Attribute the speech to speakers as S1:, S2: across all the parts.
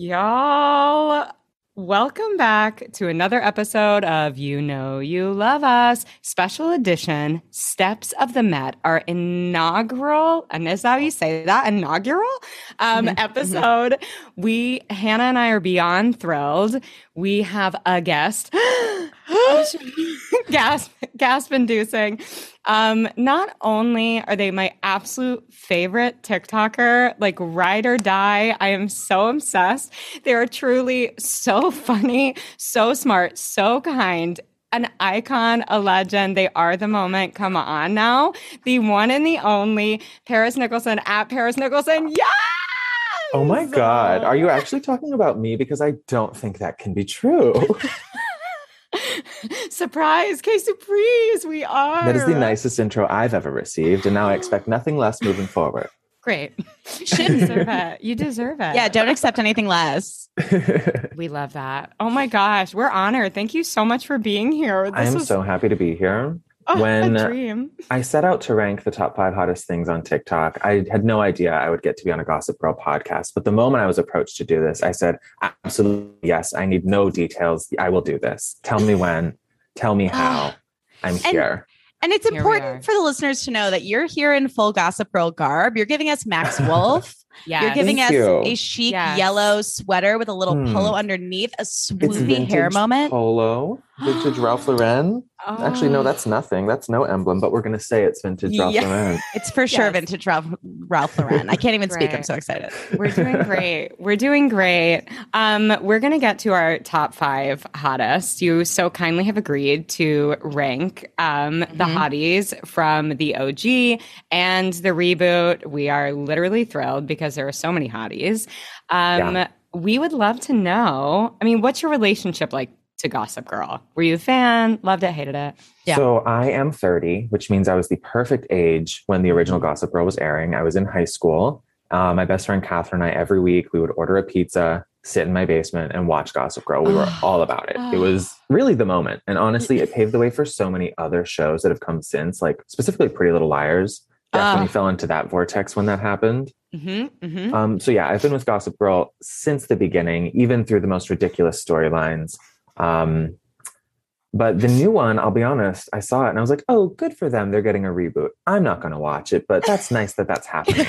S1: Y'all, welcome back to another episode of You Know You Love Us, special edition Steps of the Met, our inaugural, and is that how you say that? Inaugural um, episode. We, Hannah and I, are beyond thrilled. We have a guest. gasp, gasp inducing. Um, not only are they my absolute favorite TikToker, like ride or die, I am so obsessed. They are truly so funny, so smart, so kind, an icon, a legend. They are the moment. Come on now. The one and the only Paris Nicholson at Paris Nicholson. Yes!
S2: Oh my God. Are you actually talking about me? Because I don't think that can be true.
S1: Surprise, K Surprise, we are.
S2: That is the nicest intro I've ever received. And now I expect nothing less moving forward.
S1: Great. You deserve it. You deserve it.
S3: Yeah, don't accept anything less.
S1: We love that. Oh my gosh, we're honored. Thank you so much for being here.
S2: I am
S1: was
S2: so happy to be here.
S1: oh,
S2: when-
S1: a dream.
S2: I set out to rank the top five hottest things on TikTok. I had no idea I would get to be on a Gossip Girl podcast. But the moment I was approached to do this, I said, absolutely, yes. I need no details. I will do this. Tell me when. Tell me how. I'm here.
S3: And it's
S1: Here we are.
S3: important for the listeners to know that you're here in full Gossip Girl garb. You're giving us Max Wolf.
S1: Yeah.
S3: You're giving
S2: Thank
S3: us
S2: you.
S3: a chic
S1: Yes.
S3: yellow sweater with a little
S2: Hmm.
S3: pillow underneath, a
S2: It's
S3: swoopy hair
S2: vintage
S3: moment.
S2: Polo, vintage Ralph Lauren. Actually, no,
S1: Oh.
S2: that's nothing. That's no emblem, but we're going to say it's vintage Ralph
S3: Yeah.
S2: Lauren.
S3: It's for sure
S1: Yes.
S3: vintage Ralph, Ralph Lauren. I can't even speak. I'm
S1: Right.
S3: so excited.
S1: We're doing great. We're doing great. Um, we're going to get to our top five hottest. You so kindly have agreed to rank um, the
S2: Mm-hmm.
S3: Mhm.
S1: hotties from the OG and the reboot. We are literally thrilled because there are so many hotties. Um,
S2: Yeah.
S1: We would love to know. I mean, what's your relationship like to Gossip Girl? Were you a fan? Loved it? Hated it?
S3: Yeah.
S2: So I am 30, which means I was the perfect age when the original Gossip Girl was airing. I was in high school. Uh, my best friend Catherine and I, every week, we would order a pizza, sit in my basement, and watch Gossip Girl. We were
S3: Ah.
S2: all about it. It was really the moment. And honestly, it paved the way for so many other shows that have come since, like specifically Pretty Little Liars. Definitely
S3: Ah.
S2: fell into that vortex when that happened.
S1: Mm-hmm, mm-hmm.
S2: Um, so yeah, I've been with Gossip Girl since the beginning, even through the most ridiculous storylines. Um, but the new one, I'll be honest, I saw it and I was like, oh, good for them. They're getting a reboot. I'm not going to watch it, but that's nice that that's happening.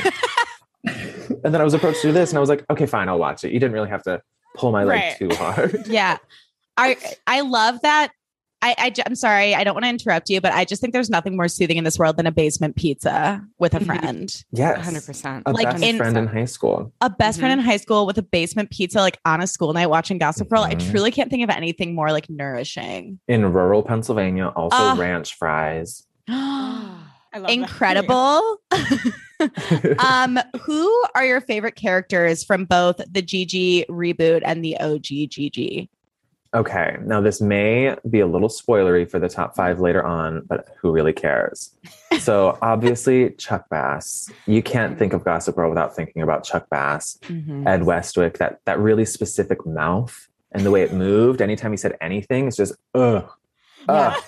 S2: and then I was approached to do this and I was like, okay, fine, I'll watch it. You didn't really have to pull my leg
S1: Right.
S2: too hard.
S3: Yeah. I, I love that. I, I, j- I'm sorry. I don't want to interrupt you, but I just think there's nothing more soothing in this world than a basement pizza with a
S1: Mhm.
S3: friend.
S2: Yes.
S1: 100%.
S2: A
S3: Like
S2: best
S3: in-
S2: friend in high school.
S3: a best friend in
S2: Mm-hmm.
S3: high school with a basement pizza, like on a school night watching Gossip Girl. I
S2: Mhm.
S3: truly can't think of anything more like nourishing.
S2: In rural Pennsylvania, also
S3: Ah.
S2: ranch fries.
S1: I love that.
S3: Incredible. um, who are your favorite characters from both the GG reboot and the OG GG?
S2: Okay, now this may be a little spoilery for the top five later on, but who really cares? So obviously, Chuck Bass. You can't think of Gossip Girl without thinking about Chuck Bass,
S1: Mm-hmm.
S2: Ed Westwick. That that really specific mouth and the way it moved. Anytime he said anything, it's just ugh, ugh.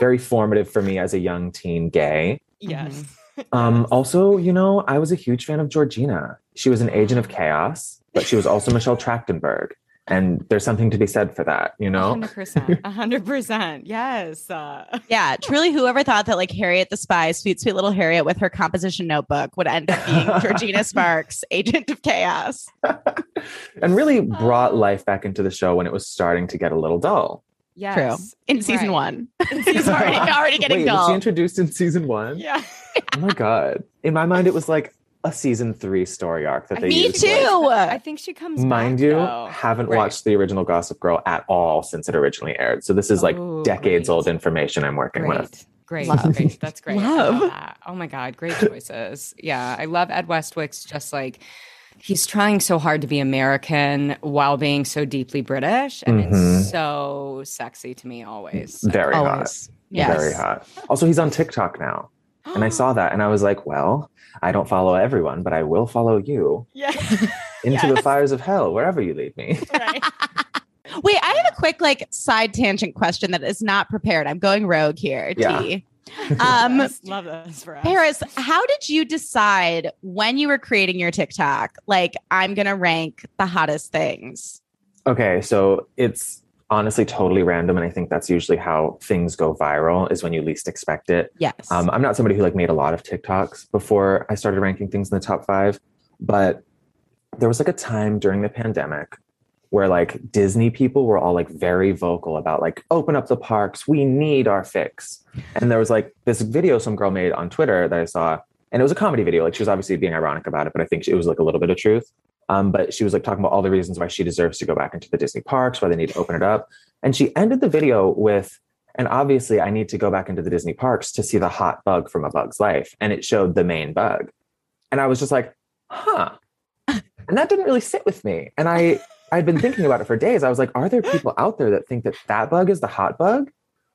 S2: Very formative for me as a young teen gay.
S1: Yes.
S2: Um, also, you know, I was a huge fan of Georgina. She was an agent of chaos, but she was also Michelle Trachtenberg. And there's something to be said for that, you know?
S1: 100%. 100%. Yes. Uh,
S3: Yeah, truly, whoever thought that like Harriet the Spy, sweet, sweet little Harriet with her composition notebook would end up being Georgina Sparks, agent of chaos.
S2: and really brought life back into the show when it was starting to get a little dull.
S1: yes.
S3: In season
S1: Right.
S3: one, she's already, already getting
S2: Wait, was
S3: dull.
S2: she introduced in season one?
S1: Yeah.
S2: Oh my god! In my mind, it was like a season three story arc that they.
S3: Me
S2: used,
S3: too.
S2: like-
S1: I think she comes
S2: mind
S1: back,
S2: you,
S1: though.
S2: haven't
S1: Right.
S2: watched the original Gossip Girl at all since it originally aired. So this is like
S1: Oh,
S2: decades
S1: great.
S2: old information I'm working with.
S1: Great. Great.
S3: Love.
S1: great. That's great. I
S3: Love.
S1: love that. Oh my God. Great choices. Yeah. I love Ed Westwick's just like, he's trying so hard to be American while being so deeply British. And
S2: Mhm.
S1: it's so sexy to me always.
S2: Very
S3: Oh.
S2: hot.
S3: Always. Yes.
S2: Very hot. Also, he's on TikTok now. And I saw that and I was like, well, I don't follow everyone, but I will follow you
S1: Yes.
S2: into the fires of hell, wherever you lead me.
S1: right.
S3: Wait, I have a quick like side tangent question that is not prepared. I'm going rogue here.
S2: Yeah.
S3: T. Um,
S1: love this for us.
S3: Paris, how did you decide when you were creating your TikTok? Like, I'm going to rank the hottest things.
S2: Okay, so it's honestly totally random, and I think that's usually how things go viral is when you least expect it.
S3: Yes.
S2: Um, I'm not somebody who like made a lot of TikToks before I started ranking things in the top five, but there was like a time during the pandemic where like Disney people were all like very vocal about like open up the parks, we need our fix. And there was like this video some girl made on Twitter that I saw, and it was a comedy video. Like she was obviously being ironic about it, but I think it was like a little bit of truth. Um, but she was like talking about all the reasons why she deserves to go back into the Disney parks, why they need to open it up. And she ended the video with, and obviously I need to go back into the Disney parks to see the hot bug from a bug's life. And it showed the main bug. And I was just like, huh. And that didn't really sit with me. And I I'd been thinking about it for days. I was like, are there people out there that think that that bug is the hot bug?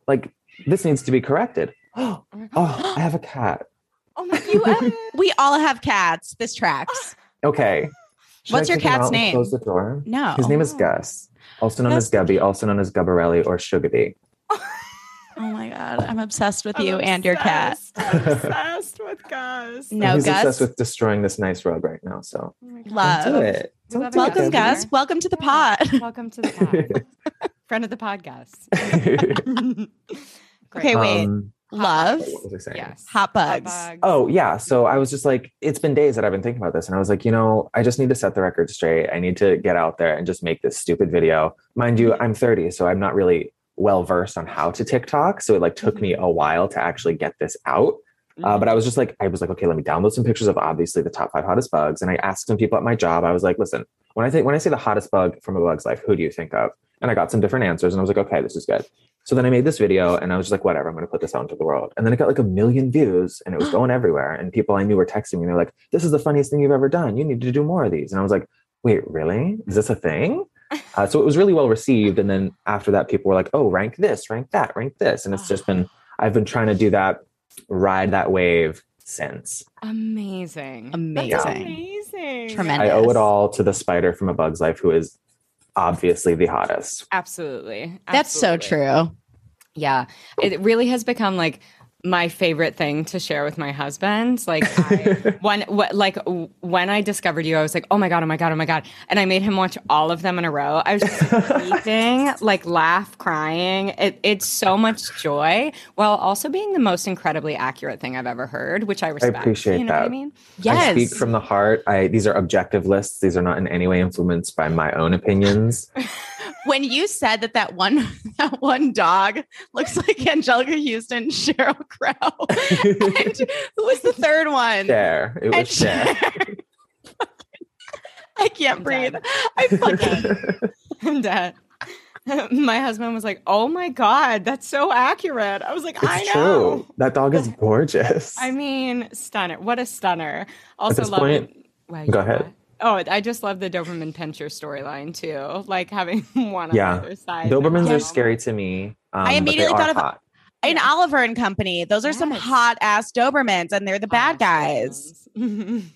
S2: Like, this needs to be corrected. Oh,
S1: Oh my God.
S2: I have a cat.
S1: Oh my
S3: You,
S1: God.
S3: um, we all have cats. This tracks.
S2: Okay. Should
S3: What's
S2: I
S3: your
S2: take him
S3: cat's
S2: out and
S3: name?
S2: Close the door.
S3: No.
S2: His name is
S1: Oh.
S2: Gus, also known
S3: Gus.
S2: as Gubby, also known as Gubberelli or Sugarby.
S3: Oh my God. I'm obsessed with
S1: I'm
S3: you and your cat.
S1: obsessed. I'm obsessed with Gus.
S3: No,
S2: he's
S3: Gus.
S2: obsessed with destroying this nice rug right now. So
S1: Oh my God.
S3: Love.
S2: do it.
S1: We love
S2: Don't
S1: it,
S2: do it,
S3: Uh, Welcome,
S1: Gus.
S3: Gus. Welcome to the
S1: Yeah.
S3: pot.
S1: Welcome to the pod. Friend of the podcast.
S2: Gubby.
S3: Okay, wait.
S2: Um,
S3: Love.
S2: what was I saying?
S1: Yes.
S3: Hot
S1: Hot
S3: bugs.
S1: bugs.
S2: Oh, yeah. So I was just like, it's been days that I've been thinking about this. And I was like, you know, I just need to set the record straight. I need to get out there and just make this stupid video. Mind you, I'm 30, so I'm not really well versed on how to TikTok. So it like took me a while to actually get this out. Uh, but I was just like, I was like, okay, let me download some pictures of obviously the top five hottest bugs. And I asked some people at my job, I was like, listen, when I think when I say the hottest bug from a bug's life, who do you think of? And I got some different answers and I was like, okay, this is good. So then I made this video and I was just like, whatever, I'm gonna put this out into the world. And then it got like a million views and it was going everywhere. And people I knew were texting me, and they're like, This is the funniest thing you've ever done. You need to do more of these. And I was like, wait, really? Is this a thing? Uh, so it was really well received. And then after that, people were like, oh, rank this, rank that, rank this. And it's just been, I've been trying to do that ride that wave since.
S1: amazing. That's
S3: Amazing.
S1: amazing.
S3: Tremendous.
S2: I owe it all to the spider from A Bug's Life, who is obviously the hottest.
S1: Absolutely.
S3: That's so
S1: Absolutely.
S3: true.
S1: Yeah. It really has become like my favorite thing to share with my husband. Like I, when wh- like w- when I discovered you, I was like, "Oh my god, oh my god, oh my god." And I made him watch all of them in a row. I was just like, weeping, like laugh, crying. It, it's so much joy while also being the most incredibly accurate thing I've ever heard, which I respect.
S2: appreciate
S1: you know what I
S2: that.
S1: mean?
S2: I speak
S3: Yes.
S2: from the heart. I these are objective lists. These are not in any way influenced by my own opinions.
S3: when you said that that one that one dog looks like Angelica Houston, Cheryl Crow, and who was the third one?
S2: Share. It
S3: And
S2: was share.
S3: Cher. I can't
S1: I'm
S3: breathe.
S1: dead.
S3: I fucking
S1: I'm dead. uh, My husband was like, "Oh my god, that's so accurate." I was like, "I
S2: It's
S1: know."
S2: true. That dog is gorgeous.
S1: I mean, stunner. What a stunner. Also
S2: this
S1: love
S2: point-
S1: it. Well,
S2: Go
S1: you know
S2: ahead.
S1: what? Oh, I just love the Doberman Pincher storyline too. Like having one on
S2: Yeah.
S1: the other side.
S2: Dobermans
S1: Yeah.
S2: are scary to me. Um,
S3: I immediately thought of-
S2: hot.
S3: in Oliver and Company. Those are some
S1: Yes.
S3: hot ass Dobermans, and they're the bad guys.
S1: Oh, Dobermans.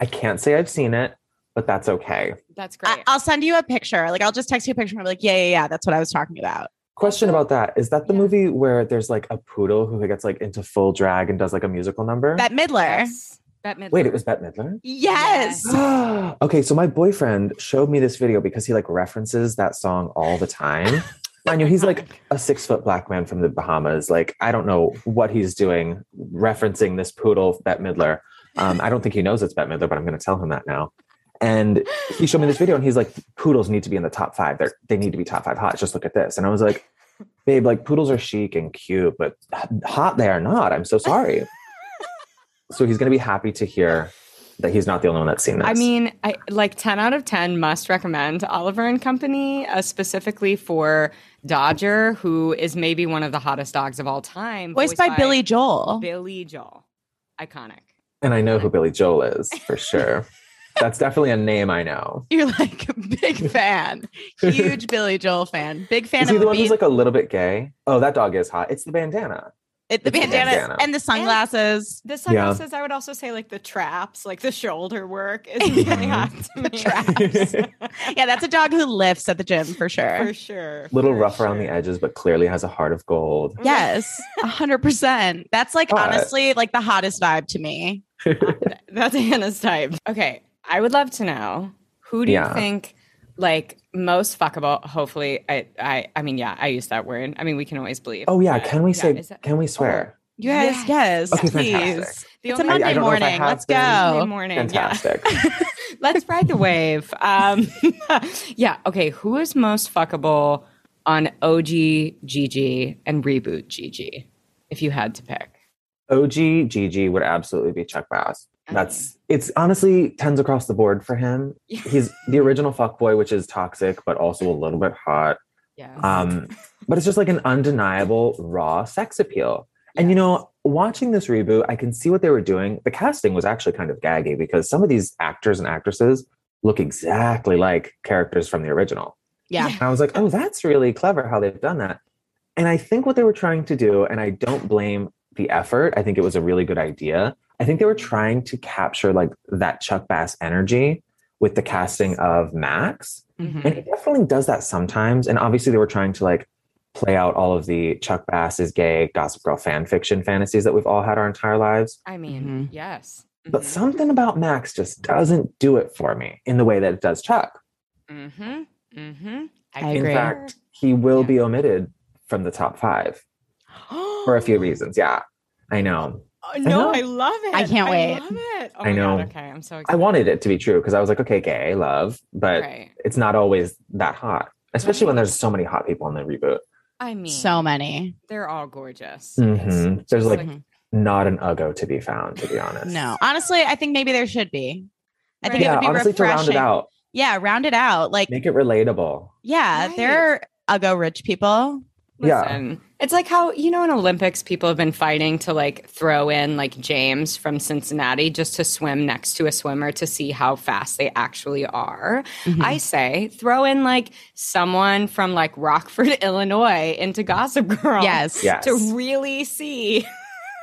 S2: I can't say I've seen it, but that's okay.
S1: That's
S3: I-
S1: great.
S3: I'll send you a picture. Like I'll just text you a picture and I'll be like, yeah, yeah, yeah. That's what I was talking about.
S2: Question about that. Is that the
S1: Yeah.
S2: movie where there's like a poodle who gets like into full drag and does like a musical number?
S3: Bette Midler. Yes.
S1: Yes. Bette Midler.
S2: Wait, it was Bette Midler?
S1: Yes.
S2: okay, so my boyfriend showed me this video because he like references that song all the time. Mind you, he's like a six foot black man from the Bahamas. Like, I don't know what he's doing referencing this poodle, Bette Midler. Um, I don't think he knows it's Bette Midler, but I'm going to tell him that now. And he showed me this video and he's like, poodles need to be in the top five. They're, they need to be top five hot. Just look at this. And I was like, babe, like poodles are chic and cute, but h- hot they are not. I'm so sorry. so he's going to be happy to hear that he's not the only one that's seen this.
S1: I mean, I like 10 out of 10 must recommend Oliver and Company, uh, specifically for Dodger, who is maybe one of the hottest dogs of all time.
S3: Voiced by Billy Joel.
S1: Billy Joel. Iconic.
S2: and I know who Billy Joel is for sure. that's definitely a name I know.
S3: You're like a big fan, huge Billy Joel fan, big fan
S2: Is he
S3: of
S2: the
S3: the
S2: one who's
S3: beat.
S2: like a little bit gay? Oh, that dog is hot. It's the bandana.
S3: It, the
S2: It's a
S3: bandana,
S2: bandana.
S3: and the sunglasses.
S1: The sunglasses, I would also say, like the traps, like the shoulder work is really
S2: Mhm.
S1: hot to me.
S2: traps.
S3: Yeah, that's a dog who lifts at the gym for sure.
S1: for sure.
S2: Little
S1: for
S2: rough around the
S1: sure.
S2: edges, but clearly has a heart of gold.
S3: Yes, a hundred percent. That's like
S2: Hot.
S3: honestly like the hottest vibe to me.
S1: Th- That's Hannah's type. Okay. I would love to know who do
S2: Yeah.
S1: you think like most fuckable? Hopefully, I, I, I mean, yeah, I use that word. I mean, we can always believe.
S2: Oh yeah,
S1: but
S2: can we
S1: yeah,
S2: say?
S1: is that-
S2: can we swear?
S3: Yes, yes.
S2: Okay,
S3: please.
S2: fantastic,
S1: The
S3: It's a
S1: only-
S3: Monday
S2: I don't know if I
S3: morning.
S2: have
S3: Let's
S2: been.
S1: Monday
S3: go.
S1: morning. Yeah.
S2: fantastic.
S1: Let's ride the wave. Um, yeah. Okay. Who is most fuckable on OG GG and reboot GG? If you had to pick,
S2: OG GG would absolutely be Chuck Bass. That's it's honestly tens across the board for him.
S1: Yeah.
S2: He's the original fuckboy, which is toxic but also a little bit hot.
S1: yeah.
S2: Um, but it's just like an undeniable raw sex appeal. And you know, watching this reboot, I can see what they were doing. The casting was actually kind of gaggy because some of these actors and actresses look exactly like characters from the original.
S3: Yeah.
S2: And I was like, oh, that's really clever how they've done that. And I think what they were trying to do, and I don't blame the effort, I think it was a really good idea. I think they were trying to capture like that Chuck Bass energy with the casting of Max.
S1: Mhm.
S2: And he definitely does that sometimes. And obviously, they were trying to like play out all of the Chuck Bass is gay Gossip Girl fan fiction fantasies that we've all had our entire lives.
S1: I mean,
S3: Mhm.
S1: yes. Mm-hmm.
S2: But something about Max just doesn't do it for me in the way that it does Chuck.
S1: Mm-hmm. Mm-hmm.
S3: I
S2: In
S3: agree.
S2: fact, he will
S1: Yeah.
S2: be omitted from the top five for a few reasons. Yeah, I know.
S1: Oh, no,
S2: know.
S1: I love it.
S3: I can't wait.
S1: love it. Oh
S2: I
S1: my God,
S2: know.
S1: Okay, I'm so
S2: I
S1: excited.
S2: wanted it to be true because I was like, okay, gay, love, but
S1: right.
S2: it's not always that hot, especially when there's so many hot people in the reboot.
S1: I mean,
S3: So many.
S1: they're all gorgeous.
S2: Mhm.
S1: It's
S2: There's,
S1: just
S2: like,
S3: Mhm.
S2: Not an uggo to be found, to be honest.
S3: No, honestly, I think maybe there should be. I
S1: Right.
S3: think it
S2: yeah,
S3: would be
S2: honestly,
S3: refreshing.
S2: to round it out,
S3: Yeah, round it out. Like,
S2: make it relatable.
S3: yeah,
S1: Right.
S3: there are go rich people.
S2: Yeah.
S1: Listen, it's like how you know in Olympics people have been fighting to like throw in like James from Cincinnati just to swim next to a swimmer to see how fast they actually are.
S2: Mm-hmm.
S3: Hmm.
S1: I say throw in like someone from like Rockford, Illinois, into Gossip Girl.
S3: yes.
S2: Yes.
S1: To really see,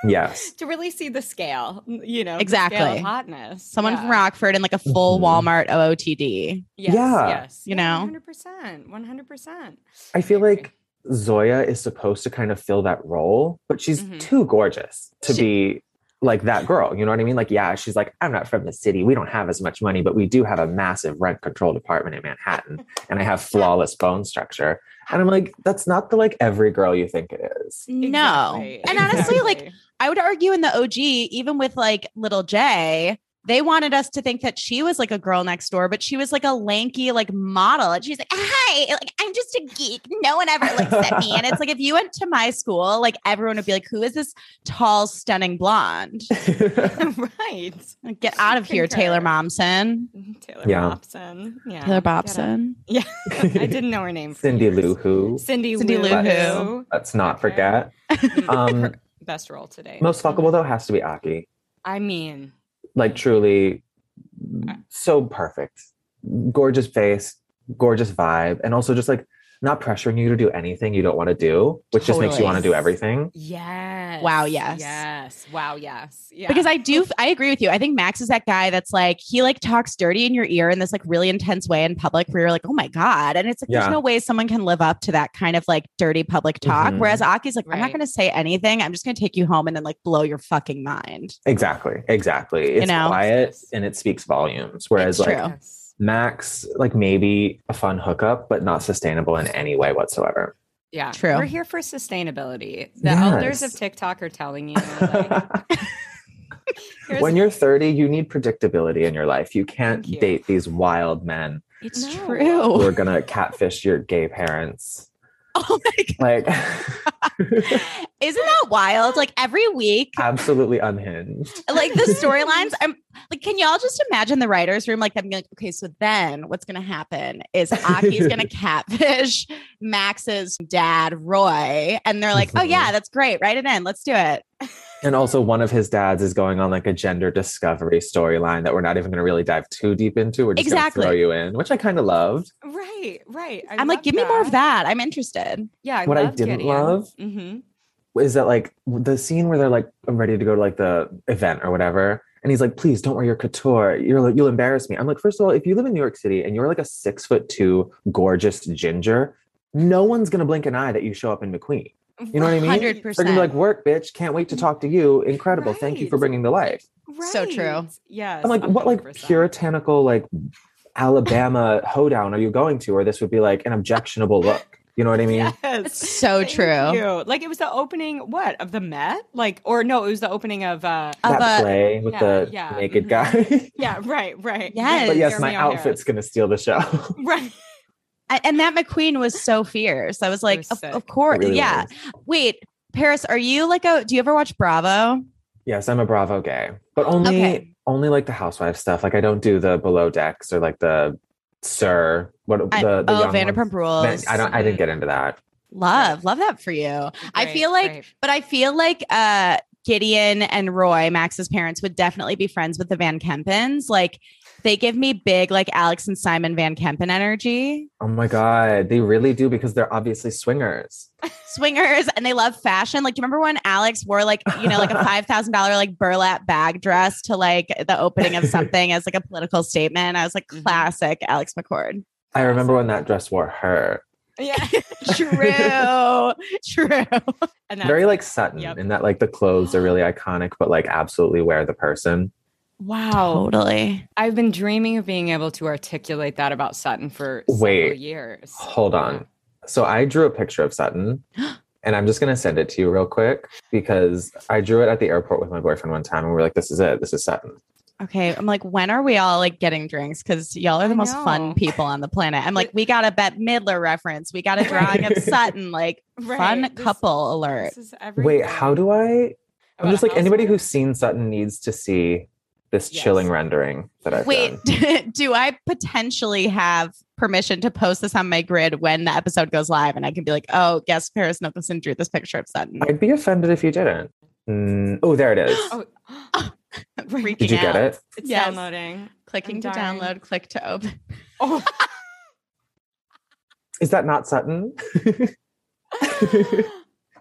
S2: Yes.
S1: to really see the scale, you know, the scale
S3: Exactly.
S1: of hotness.
S3: Someone
S1: Yeah.
S3: from Rockford and like a full
S2: Mhm.
S3: Walmart OOTD.
S1: Yes,
S2: Yeah.
S1: yes,
S3: You know?
S1: one hundred percent, one hundred percent.
S2: I feel like Zoya is supposed to kind of fill that role, but she's
S1: Mhm.
S2: too gorgeous to
S3: Mm-hmm. She-
S2: be like that girl. You know what I mean? Like, yeah, she's like, I'm not from the city. We don't have as much money, but we do have a massive rent control department in Manhattan, and I have flawless bone structure. And I'm like, that's not the like every girl you think it is.
S3: No. And honestly, like, I would argue in the OG, even with like little J, they wanted us to think that she was like a girl next door, but she was like a lanky like model. And she's like, hi, like I'm just a geek. No one ever looks at me. And it's like if you went to my school, like everyone would be like, Who is this tall, stunning blonde?
S1: right,
S3: Like, Get out of here,
S1: Concur.
S3: Taylor Momsen.
S1: Taylor
S2: Yeah.
S1: Bobson, yeah,
S3: Taylor
S1: Get out.
S3: Bobson.
S1: I didn't know her name. for
S2: Cindy
S1: years.
S2: Lou Who.
S1: Cindy,
S3: Cindy
S1: Lou,
S3: Lou
S1: Who.
S2: Let's not
S1: Okay.
S2: forget. Um,
S1: Her best role today.
S3: Mm-hmm.
S2: Most fuckable though has to be Aki.
S1: I mean,
S2: like truly
S3: Mm.
S2: so perfect gorgeous face gorgeous vibe and also just like not pressuring you to do anything you don't want to do which just makes you
S3: Totally.
S2: want to do everything
S1: yes.
S3: Wow, yes.
S1: Yes. Wow. Yes. Yeah.
S3: Because I do, I agree with you. I think Max is that guy that's like, he like talks dirty in your ear in this like really intense way in public where you're like, oh my God. And it's like,
S2: Yeah.
S3: there's no way someone can live up to that kind of like dirty public talk.
S2: Mhm.
S3: Whereas Aki's like, I'm
S1: Right.
S3: not going to say anything. I'm just going to take you home and then like blow your fucking mind.
S2: exactly exactly it's
S3: know?
S2: quiet and it speaks volumes whereas
S3: It's
S2: like
S3: true.
S1: Yes.
S2: max like maybe a fun hookup but not sustainable in any way whatsoever
S1: Yeah.
S3: True.
S1: We're here for sustainability. The
S2: Yes.
S1: elders of TikTok are telling you. Like, here's-
S2: when you're 30 you need predictability in your life you can't
S1: Thank you.
S2: date these wild men
S3: It's
S1: No.
S2: who
S3: true.
S2: are gonna catfish your gay parents
S3: Oh my
S2: like
S3: God. Isn't that wild? Like every week,
S2: absolutely unhinged.
S3: like the storylines i'm like can y'all just imagine the writers room like i'm like okay so then what's gonna happen is aki's gonna catfish max's dad roy and they're like oh yeah that's great write it in let's do it
S2: And also, one of his dads is going on like a gender discovery storyline that we're not even going to really dive too deep into. We're just
S3: Exactly.
S2: going to throw you in, which I kind of loved.
S1: right. Right. I
S3: i'm like
S1: love
S3: give me more of that i'm interested
S1: Yeah. I
S2: what I
S1: love
S2: didn't
S1: Gideon.
S2: love
S1: Mhm.
S2: is that like the scene where they're like I'm ready to go to like the event or whatever, and he's like, please don't wear your couture. You're like, you'll embarrass me. I'm like, first of all, if you live in New York City and you're like a six foot two gorgeous ginger, no one's gonna blink an eye that you show up in McQueen. You know what I mean? they are gonna
S3: 100%.
S2: be like, work, bitch. Can't wait to talk to you. Incredible. Thank you for
S1: Right.
S2: bringing the life.
S3: So true.
S1: Right. Yes.
S2: I'm like, what like
S1: 100%.
S2: puritanical like Alabama hoedown are you going to? Or this would be like an objectionable look. You know what I mean?
S1: Yes.
S3: It's so
S1: Thank
S3: true.
S1: you. Like it was the opening what of the Met? Like or no, it was the opening of uh
S3: Of
S2: That
S3: a-
S2: play with
S1: yeah,
S2: the
S1: yeah,
S2: naked
S1: mhm.
S3: Mm-hmm.
S2: guy.
S1: yeah, right, right.
S3: Yes.
S2: but yes,
S1: Jeremy
S2: my
S1: O'Hara's.
S2: outfit's gonna steal the show.
S1: Right.
S3: A- and Matt McQueen was so fierce. I was like,
S1: was
S3: of,
S1: sick.
S3: of course,
S2: It really
S3: yeah.
S2: was.
S3: Wait, Paris, are you like a? Do you ever watch Bravo?
S2: Yes, I'm a Bravo gay, but only
S3: Okay.
S2: only like the housewife stuff. Like I don't do the below decks or like the sir. What
S3: I-
S2: the, the
S3: oh,
S2: young
S3: Vanderpump
S2: ones.
S3: Rules. Mm-hmm.
S2: I don't. I didn't get into that.
S3: love, love that for you. I
S1: Great,
S3: feel like,
S1: great.
S3: but I feel like uh Gideon and Roy, Max's parents, would definitely be friends with the Van Kempens. Like they give me big like Alex and Simon Van Kempen energy.
S2: Oh my god, they really do because they're obviously swingers.
S3: Swingers and they love fashion. Like, do you remember when Alex wore like, you know, like a five thousand dollar like burlap bag dress to like the opening of something as like a political statement? I was like,
S1: Mhm.
S3: classic Alex McCord.
S2: I remember when that dress wore her.
S1: Yeah.
S3: True, true.
S1: And that's
S2: Very like Sutton,
S1: Yep.
S2: in that like the clothes are really iconic, but like absolutely wear the person.
S1: wow.
S3: Totally.
S1: I've been dreaming of being able to articulate that about Sutton for several
S2: Wait.
S1: years.
S2: Hold on. So I drew a picture of Sutton and I'm just going to send it to you real quick because I drew it at the airport with my boyfriend one time and we were like, this is it. This is Sutton.
S3: Okay. I'm like, when are we all like getting drinks? Because y'all are the
S1: I
S3: most
S1: know.
S3: fun people on the planet. I'm like, we got a Bette Midler reference. We got a drawing of Sutton. Like,
S1: Right.
S3: fun
S1: This-
S3: couple alert.
S1: This is
S2: Wait,
S1: everything.
S2: how do I? I'm
S1: About
S2: just
S1: a
S2: like, anybody
S1: housewife.
S2: who's seen Sutton needs to see this
S1: Yes.
S2: chilling rendering that I've
S3: Wait,
S2: done.
S3: do I potentially have permission to post this on my grid when the episode goes live? And I can be like, oh, guess Paris Nicholson drew this picture of Sutton.
S2: I'd be offended if you didn't. Mm, oh, there it is.
S1: Oh. Freaking
S2: Did you
S1: out.
S2: get it?
S1: It's
S3: Yes.
S1: downloading.
S3: Clicking
S1: I'm
S3: to
S1: dying.
S3: download, click to open.
S1: Oh.
S2: Is that not Sutton?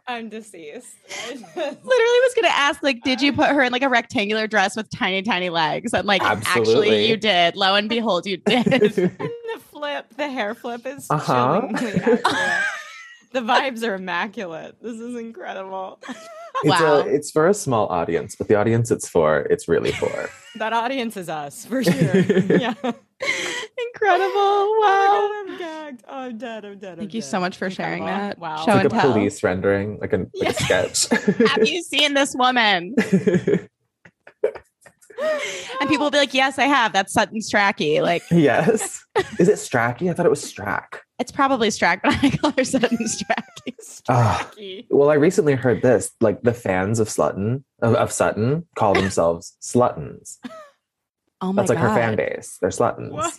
S1: I'm deceased.
S3: Literally was going to ask, like, did you put her in like a rectangular dress with tiny, tiny legs? And like, actually,
S2: Absolutely.
S3: you did. Lo and behold, you did.
S1: the flip, the hair flip is
S2: Uh-huh.
S1: chillingly accurate. the vibes are immaculate. This is incredible.
S2: It's,
S3: Wow.
S2: a, it's for a small audience, but the audience it's for, it's really for.
S1: That audience is us for sure. yeah.
S3: Incredible.
S1: Oh
S3: Wow.
S1: my God, I'm gagged. Oh, I'm dead. I'm dead. I'm
S3: Thank you
S1: dead.
S3: so much for sharing
S1: Incredible.
S3: that.
S1: Wow.
S3: Show
S2: like a
S3: and tell.
S2: police rendering, like a, like a
S3: Have you seen this woman?
S2: sketch.
S3: And people will be like, yes, I have. That's Sutton Strachey. Like,
S2: yes. Is it Stracky? I thought it was Strack.
S3: it's probably Strach, but I call her Sutton Strachey.
S2: Ah.
S1: Stracky.
S2: Well, I recently heard this. Like the fans of Slutton of, of Sutton call themselves Sluttons.
S3: Oh my
S2: That's like
S3: God.
S2: her fan base. They're Sluttons.
S1: What?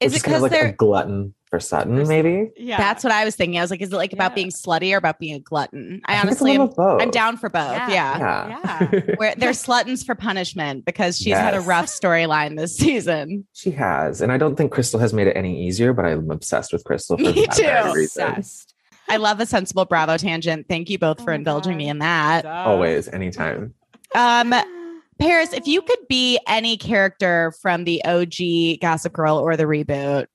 S3: Is
S2: Which
S3: it
S2: kind
S3: because
S2: of like
S3: they're.
S2: a glutton for Sutton? Maybe.
S1: Yeah.
S3: That's what I was thinking. I was like, is it like about
S1: Yeah.
S3: being slutty or about being a glutton? I,
S2: think it's a
S3: honestly,
S2: little
S3: am,
S2: of both.
S3: I'm down for both.
S1: Yeah.
S3: Yeah.
S2: Yeah.
S3: Where they're sluttons for punishment because she's had a
S2: Yes.
S3: rough storyline this season.
S2: She has, and I don't think Crystal has made it any easier. But I'm obsessed with Crystal for
S3: Me
S2: that
S3: too.
S2: very reason.
S1: Obsessed.
S3: I love a sensible Bravo tangent. Thank you both
S1: Oh
S3: for
S1: my
S3: indulging me
S1: God.
S3: in that.
S1: Duh.
S2: Always, anytime.
S3: Um, Paris, if you could be any character from the OG Gossip Girl or the reboot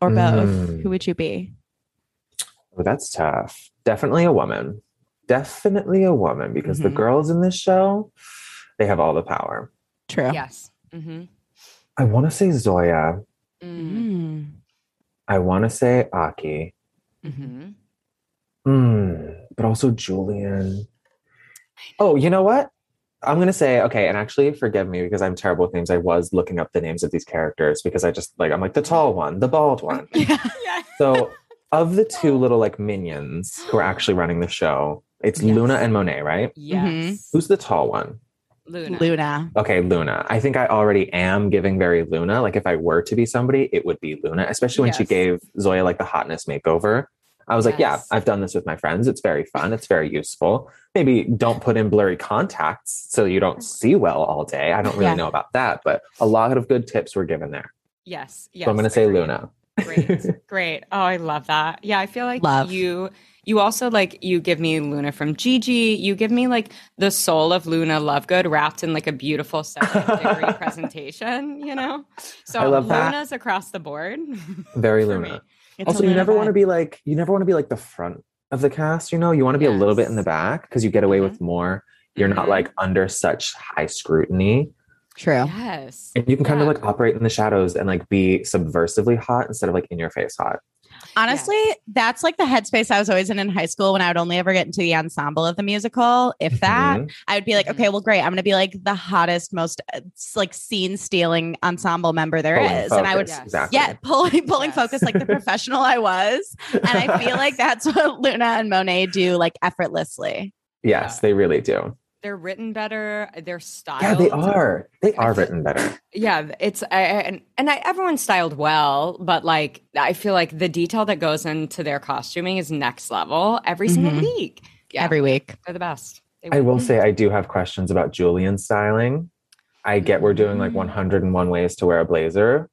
S3: or both,
S2: Mm.
S3: who would you be?
S2: Oh, that's tough. Definitely a woman. Definitely a woman because the
S3: Mhm.
S2: girls in this show, they have all the power.
S3: True.
S1: Yes. Mm-hmm.
S2: I want to say Zoya.
S1: Mm-hmm.
S3: Mm.
S2: I want to say Aki. Mm, but also Julian. Oh, you know what? I'm going to say, okay, and actually forgive me because I'm terrible with names. I was looking up the names of these characters because I just like, I'm like the tall one, the bald one.
S1: Yes.
S2: So, of the two little like minions who are actually running the show, it's
S1: Yes.
S2: Luna and Monet, right?
S1: Yes.
S2: Who's the tall one?
S1: Luna?
S3: Luna.
S2: okay, Luna. I think I already am giving very Luna. Like if I were to be somebody, it would be Luna, especially when she
S1: Yes.
S2: gave Zoya like the hotness makeover. I was like, yeah,
S1: Yes.
S2: I've done this with my friends. It's very fun. It's very useful. Maybe don't put in blurry contacts so you don't
S1: Mm-hmm.
S2: see well all day. I don't really
S3: Yeah.
S2: know about that, but a lot of good tips were given there.
S1: Yes. Yes.
S2: so I'm going to say
S1: agreed.
S2: Luna.
S1: Great. Great. Oh, I love that. Yeah, I feel like
S3: Love.
S1: you you also like you give me Luna from Gigi. You give me like the soul of Luna Lovegood wrapped in like a beautiful second degree presentation, you know? So
S2: I love that.
S1: Luna's across the board.
S2: Very
S1: for
S2: Luna.
S1: me.
S3: It's
S2: also,
S3: a
S2: you
S3: Luna
S2: never want to
S3: vibe.
S2: be like you never want to be like the front of the cast. You know, you want to be a little bit in the
S1: Yes.
S2: back because you get away
S1: Mhm.
S2: with more. You're
S1: Mhm.
S2: not like under such high scrutiny,
S3: True.
S1: Yes.
S2: and you can kind
S1: Yeah.
S2: of like operate in the shadows and like be subversively hot instead of like in your face hot.
S3: Honestly, that's like the headspace I was always in in high school when I would only ever get into the ensemble of the musical. If that,
S2: Mhm.
S3: I would be like,
S1: Mhm.
S3: okay, well, great. I'm going to be like the hottest, most uh, s- like scene stealing ensemble member there is,
S2: Pulling
S3: And I would,
S2: focus,
S1: Yes.
S2: exactly.
S3: yeah, pulling, pulling
S1: Yes.
S3: focus like the professional I was. And I feel like that's what Luna and Monet do like effortlessly.
S2: yes, they really do.
S1: They're written better, They're styled.
S2: Yeah, they are. They
S1: I
S2: are
S1: feel-
S2: written better.
S1: Yeah, it's I, I- and and I, everyone's styled well, but like I feel like the detail that goes into their costuming is next level every
S3: Mhm.
S2: Mm-hmm.
S1: single week. Yeah,
S3: Every week.
S1: they're the best. They
S2: I
S1: win.
S2: will say I do have questions about Julian's styling. I get we're doing like
S1: Mm.
S2: 101 ways to wear a blazer,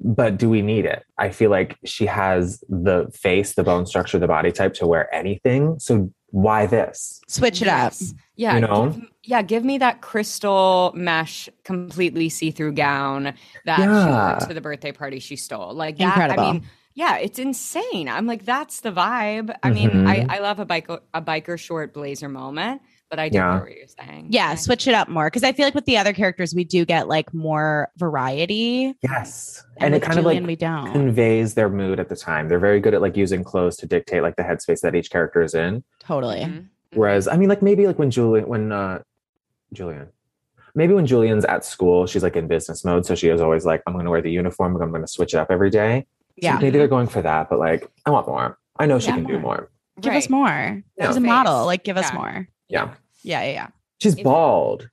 S2: but do we need it? I feel like she has the face, the bone structure, the body type to wear anything. So why this?
S3: Switch it
S1: Yes. Yeah,
S2: You know?
S1: give- yeah. Give me that crystal mesh, completely see-through gown that she wore
S2: Yeah.
S1: to the birthday party she stole. Like that. I
S3: Incredible.
S1: mean, yeah, it's insane. I'm like, that's the vibe. I mean, I,
S2: Mm-hmm.
S1: I love a biker a biker short blazer moment, but I do
S2: Yeah.
S1: get what you're saying.
S3: up. Yeah,
S1: Like,
S3: switch it up more. Cause I feel like with the other characters, we do get like more variety.
S2: Yes. And, it
S3: with
S2: kind
S3: Julian,
S2: of
S3: we
S2: like
S3: don't.
S2: conveys their mood at the time. They're very good at like using clothes to dictate like the headspace that each character is in.
S3: Totally.
S1: mhm.
S3: Mm-hmm.
S2: Whereas, I mean, like maybe like when Julian, when uh, Julian, maybe when Julian's at school, she's like in business mode. So she is always like, I'm going to wear the uniform, but I'm going to switch it up every day. So
S3: Yeah.
S2: maybe they're going for that, but like, I want more. I know she
S3: Yeah,
S2: can do
S3: more.
S2: more.
S3: Give us
S1: Right.
S3: more.
S2: Yeah.
S3: She's a model.
S1: Face.
S3: Like, give us
S1: Yeah.
S3: more.
S2: Yeah.
S3: Yeah, yeah, yeah.
S2: She's
S1: If-
S2: bald.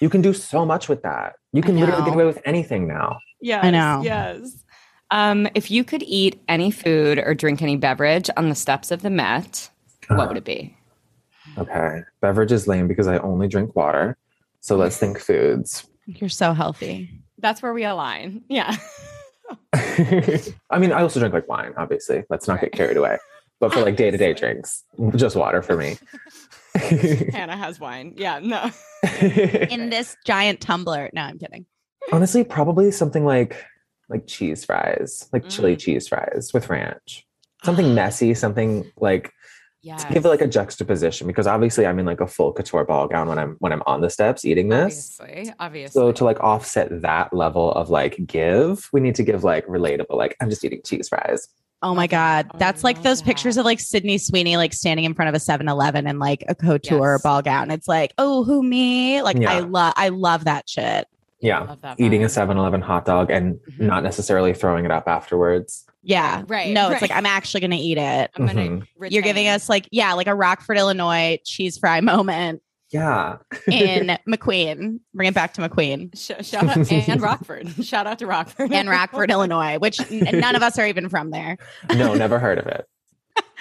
S2: you can do so much with that. You can literally
S3: know.
S2: get away with anything now.
S1: Yes,
S3: know.
S1: Yes. Um, if you could eat any food or drink any beverage on the steps of the Met, what would it be?
S2: Okay. Beverage is lame because I only drink water. So let's think foods.
S3: You're so healthy.
S1: That's where we align. Yeah.
S2: I mean, I also drink like wine, obviously. Let's not
S1: Right.
S2: get carried away. But for like day to day drinks, just water for me.
S1: Hannah has wine. Yeah. No.
S3: In this giant tumbler. No, I'm kidding.
S2: Honestly, probably something like like cheese fries, like chili
S1: Mm.
S2: cheese fries with ranch. Something messy, something like
S1: Yeah.
S2: to give it like a juxtaposition because obviously I'm in like a full couture ball gown when I'm when I'm on the steps eating this.
S1: obviously. Obviously.
S2: So to like offset that level of like give, we need to give like relatable, like I'm just eating cheese fries.
S3: Oh my God.
S1: I
S3: That's like
S1: love
S3: those
S1: that.
S3: pictures of like Sydney Sweeney, like standing in front of a 7 Eleven in like a couture
S1: Yes.
S3: ball gown. It's like, oh, who me? Like, I
S2: Yeah.
S3: love, I love that shit.
S2: Yeah.
S1: Love that
S2: Eating a
S1: vibe.
S2: 7-Eleven hot dog and
S3: Mm-hmm.
S1: Mhm.
S2: not necessarily throwing it up afterwards.
S3: Yeah.
S1: Right,
S3: No, it's
S1: right.
S3: like, I'm actually going to eat it.
S1: I'm gonna
S2: Mhm.
S3: You're giving
S1: retain-
S3: us like, yeah, like a Rockford, Illinois cheese fry moment
S2: Yeah.
S3: in McQueen. Bring it back to McQueen
S1: Sh- shout out and Rockford. shout out to Rockford
S3: and Rockford, Illinois, which n- none of us are even from there.
S2: No, never heard of it.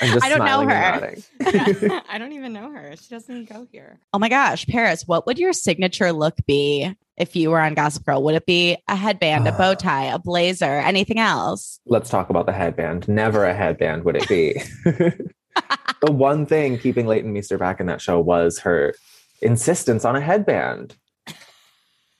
S2: I'm just
S3: I don't know
S2: smiling and
S3: her.
S2: nodding.
S1: Yeah. I don't even know her. She doesn't even go here.
S3: Oh my gosh, Paris, what would your signature look be if you were on Gossip Girl? Would it be a headband, a bow tie, a blazer, anything else?
S2: Let's talk about the headband. Never a headband would it be. the one thing keeping Leighton Meester back in that show was her insistence on a headband.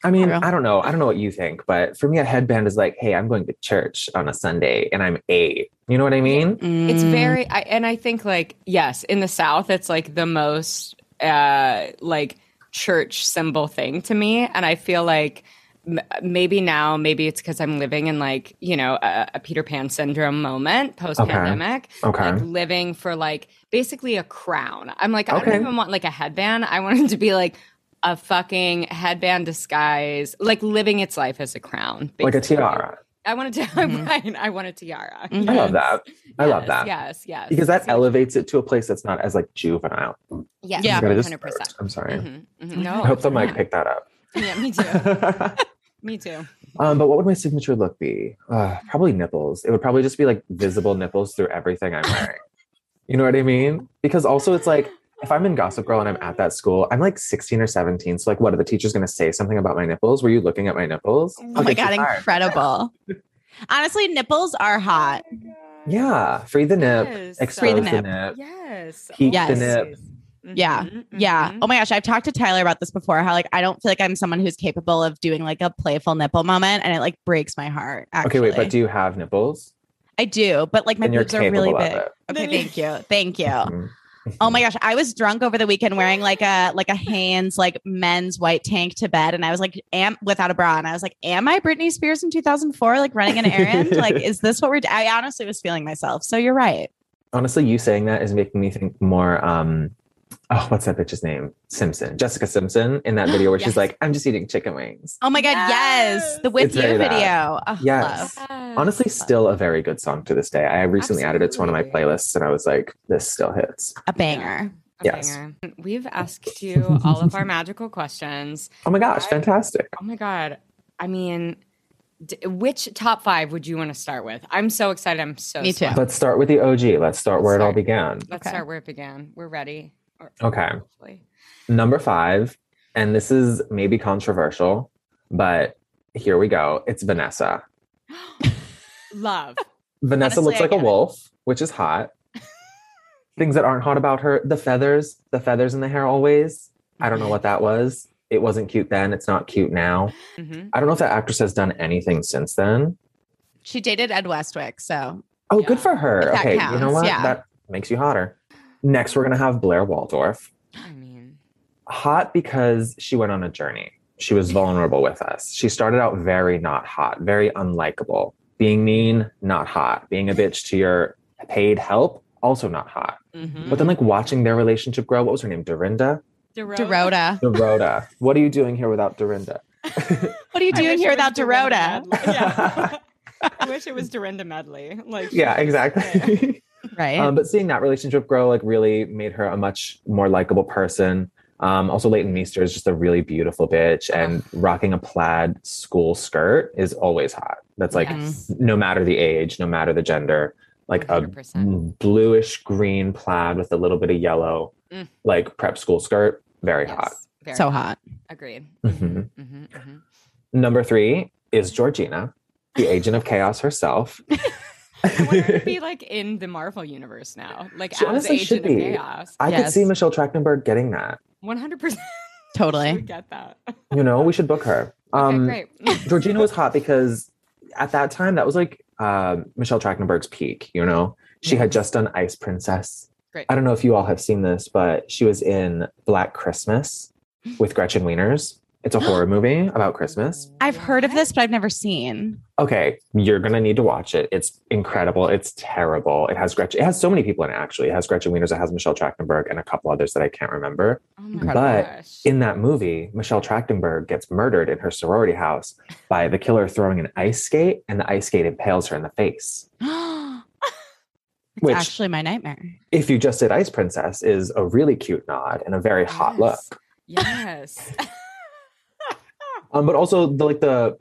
S2: I mean,
S3: True.
S2: I don't know. I don't know what you think, but for me, a headband is like, hey, I'm going to church on a Sunday and I'm eight. You know what I mean?
S1: It's
S3: Mm,
S1: very, I, and I think like yes, in the South, it's like the most uh like church symbol thing to me, and I feel like m- maybe now, maybe it's because I'm living in like you know a, a Peter Pan syndrome moment post pandemic,
S2: Okay.
S1: like living for like basically a crown. I'm like I
S2: Okay.
S1: don't even want like a headband. I want it to be like a fucking headband disguise, like living its life as a crown,
S2: Like a
S1: basically.
S2: tiara. Mm-hmm.
S1: I want a tiara.
S3: Mhm.
S1: right, I want a tiara.
S3: Mhm.
S2: I love that. I love
S1: Yes,
S2: that.
S1: Yes, yes.
S2: Because that
S1: So-
S2: elevates it to a place that's not as like juvenile.
S1: Yes,
S3: Yeah.
S2: You gotta just-
S1: 100%.
S2: I'm sorry.
S3: Mm-hmm.
S1: Mhm, mhm. No,
S2: I hope the
S1: absolutely.
S2: mic picked that
S1: Yeah, me too.
S2: up.
S1: Me too.
S2: Um, but what would my signature look be? Uh, probably nipples. It would probably just be like visible nipples through everything I'm wearing. you know what I mean? Because also it's like if I'm in Gossip Girl and I'm at that school, I'm like 16 or 17. So like, what are the teachers going to say something about my nipples? Were you looking at my nipples?
S1: Oh
S3: Oh my
S2: Okay,
S3: God,
S2: too far.
S3: incredible. Honestly, nipples are hot.
S2: Yeah, free the nip,
S1: Yes.
S2: expose
S3: Free the
S2: the nip.
S1: Yes.
S2: Keep
S3: the
S1: always.
S2: nip.
S3: Yeah.
S1: Mhm,
S3: Yeah.
S1: mhm.
S3: Oh my gosh. I've talked to Tyler about this before. How like I don't feel like I'm someone who's capable of doing like a playful nipple moment, and it like breaks my heart.
S2: Okay,
S3: Actually.
S2: wait, but do you have nipples?
S3: I do, but like my
S2: And you're
S3: boobs are really
S2: capable of
S3: big.
S2: it.
S3: Okay,
S1: Then you-
S3: thank you, thank you.
S2: Mhm.
S3: Oh my gosh, I was drunk over the weekend wearing like a like a Hanes like men's white tank to bed, and I was like, am without a bra, and I was like, am I Britney Spears in 2004, like running an errand? like, is this what we're? d- I honestly was feeling myself. So you're right.
S2: Honestly, you saying that is making me think more. um Oh, what's that bitch's name? Simpson, Jessica Simpson, in that video where
S3: Yes.
S2: she's like, "I'm just eating chicken wings."
S3: Oh my god, yes, the
S1: Yes.
S3: with
S2: It's
S3: you
S2: very
S3: video.
S2: that.
S3: Oh,
S2: Yes.
S3: love.
S2: Honestly, still a very good song to this day. I recently added it to one of my
S1: Absolutely.
S2: playlists, and I was like, "This still hits."
S3: a banger.
S1: A
S2: Yes.
S1: banger. We've asked you all of our magical questions.
S2: Oh my gosh,
S1: I-
S2: fantastic!
S1: Oh my God. I mean, d- which top five would you want to start with? I'm so excited. I'm so
S3: Me too.
S1: stoked.
S2: Let's start with the OG. Let's start where it all
S1: Start.
S2: began.
S1: Let's
S3: Okay.
S1: start where it began. We're ready. Or-
S2: Okay.
S1: hopefully.
S2: Number five, and this is maybe controversial, but here we go. It's Vanessa.
S1: Love.
S2: Vanessa
S3: Honestly,
S2: looks
S3: I
S2: like a
S3: get it.
S2: wolf, which is hot. Things that aren't hot about her, the feathers, the feathers in the hair always. I don't know what that was. It wasn't cute then. It's not cute now.
S1: Mhm.
S2: I don't know if that actress has done anything since then.
S3: She dated Ed Westwick, so
S2: Oh,
S1: Yeah.
S2: good for her.
S3: If that
S2: Okay, you know
S3: counts,
S2: what?
S3: yeah.
S2: That makes you hotter. Next, we're going to have Blair Waldorf.
S1: I mean,
S2: hot because she went on a journey. She was vulnerable with us. She started out very not hot, very unlikable. Being mean, not hot. Being a bitch to your paid help, also not hot.
S1: mhm.
S2: But then, like, watching their relationship grow, what was her name? Dorinda?
S1: Dorota.
S3: Dorota.
S2: Dorota. what are you doing here without Dorinda?
S3: What are you
S1: I
S3: doing
S1: wish
S3: here
S1: it was
S3: without Dorota?
S1: Medley. Yeah. I wish it was Dorinda Medley. Like, she
S2: yeah,
S1: was- yeah.
S2: exactly.
S3: Right.
S2: Um, but seeing that relationship grow like really made her a much more likable person. Um, also, Leighton Meester is just a really beautiful bitch, and rocking a plaid school skirt is always hot. That's like
S1: Yes.
S2: no matter the age, no matter the gender, like a
S1: 100%.
S2: bluish green plaid with a little bit of yellow,
S1: Mm.
S2: like prep school skirt, very hot.
S1: Yes, very
S3: so hot.
S1: Agreed.
S2: Mhm.
S1: Mhm, mhm.
S2: Number three is Georgina, the agent of chaos herself.
S1: I want her to be like in the Marvel universe now, like
S2: She
S1: as the
S2: honestly
S1: agent
S2: should
S1: of
S2: be.
S1: chaos.
S2: I could
S3: Yes.
S2: see Michelle Trachtenberg getting that.
S1: One hundred percent.
S3: Totally.
S1: would get that.
S2: You know, we should book her. Um,
S1: okay, great.
S2: Georgina was hot because at that time that was like uh, Michelle Trachtenberg's peak. You know, she had just done Ice Princess.
S1: Great.
S2: I don't know if you all have seen this, but she was in Black Christmas with Gretchen Wieners. It's a horror movie about Christmas.
S3: I've heard of this, but I've never seen.
S2: Okay, you're gonna need to watch it. It's incredible. It's terrible. It has Gretchen. It has so many people in it. Actually, it has Gretchen Wieners. It has Michelle Trachtenberg and a couple others that I can't remember.
S1: Oh
S3: Incredible.
S1: my
S2: But
S1: gosh.
S2: In that movie, Michelle Trachtenberg gets murdered in her sorority house by the killer throwing an ice skate, and the ice skate impales her in the face.
S3: it's
S2: Which,
S3: actually my nightmare.
S2: if you just did Ice Princess, is a really cute nod and a very
S1: Yes.
S2: hot look.
S1: yes.
S2: Um, but also the like the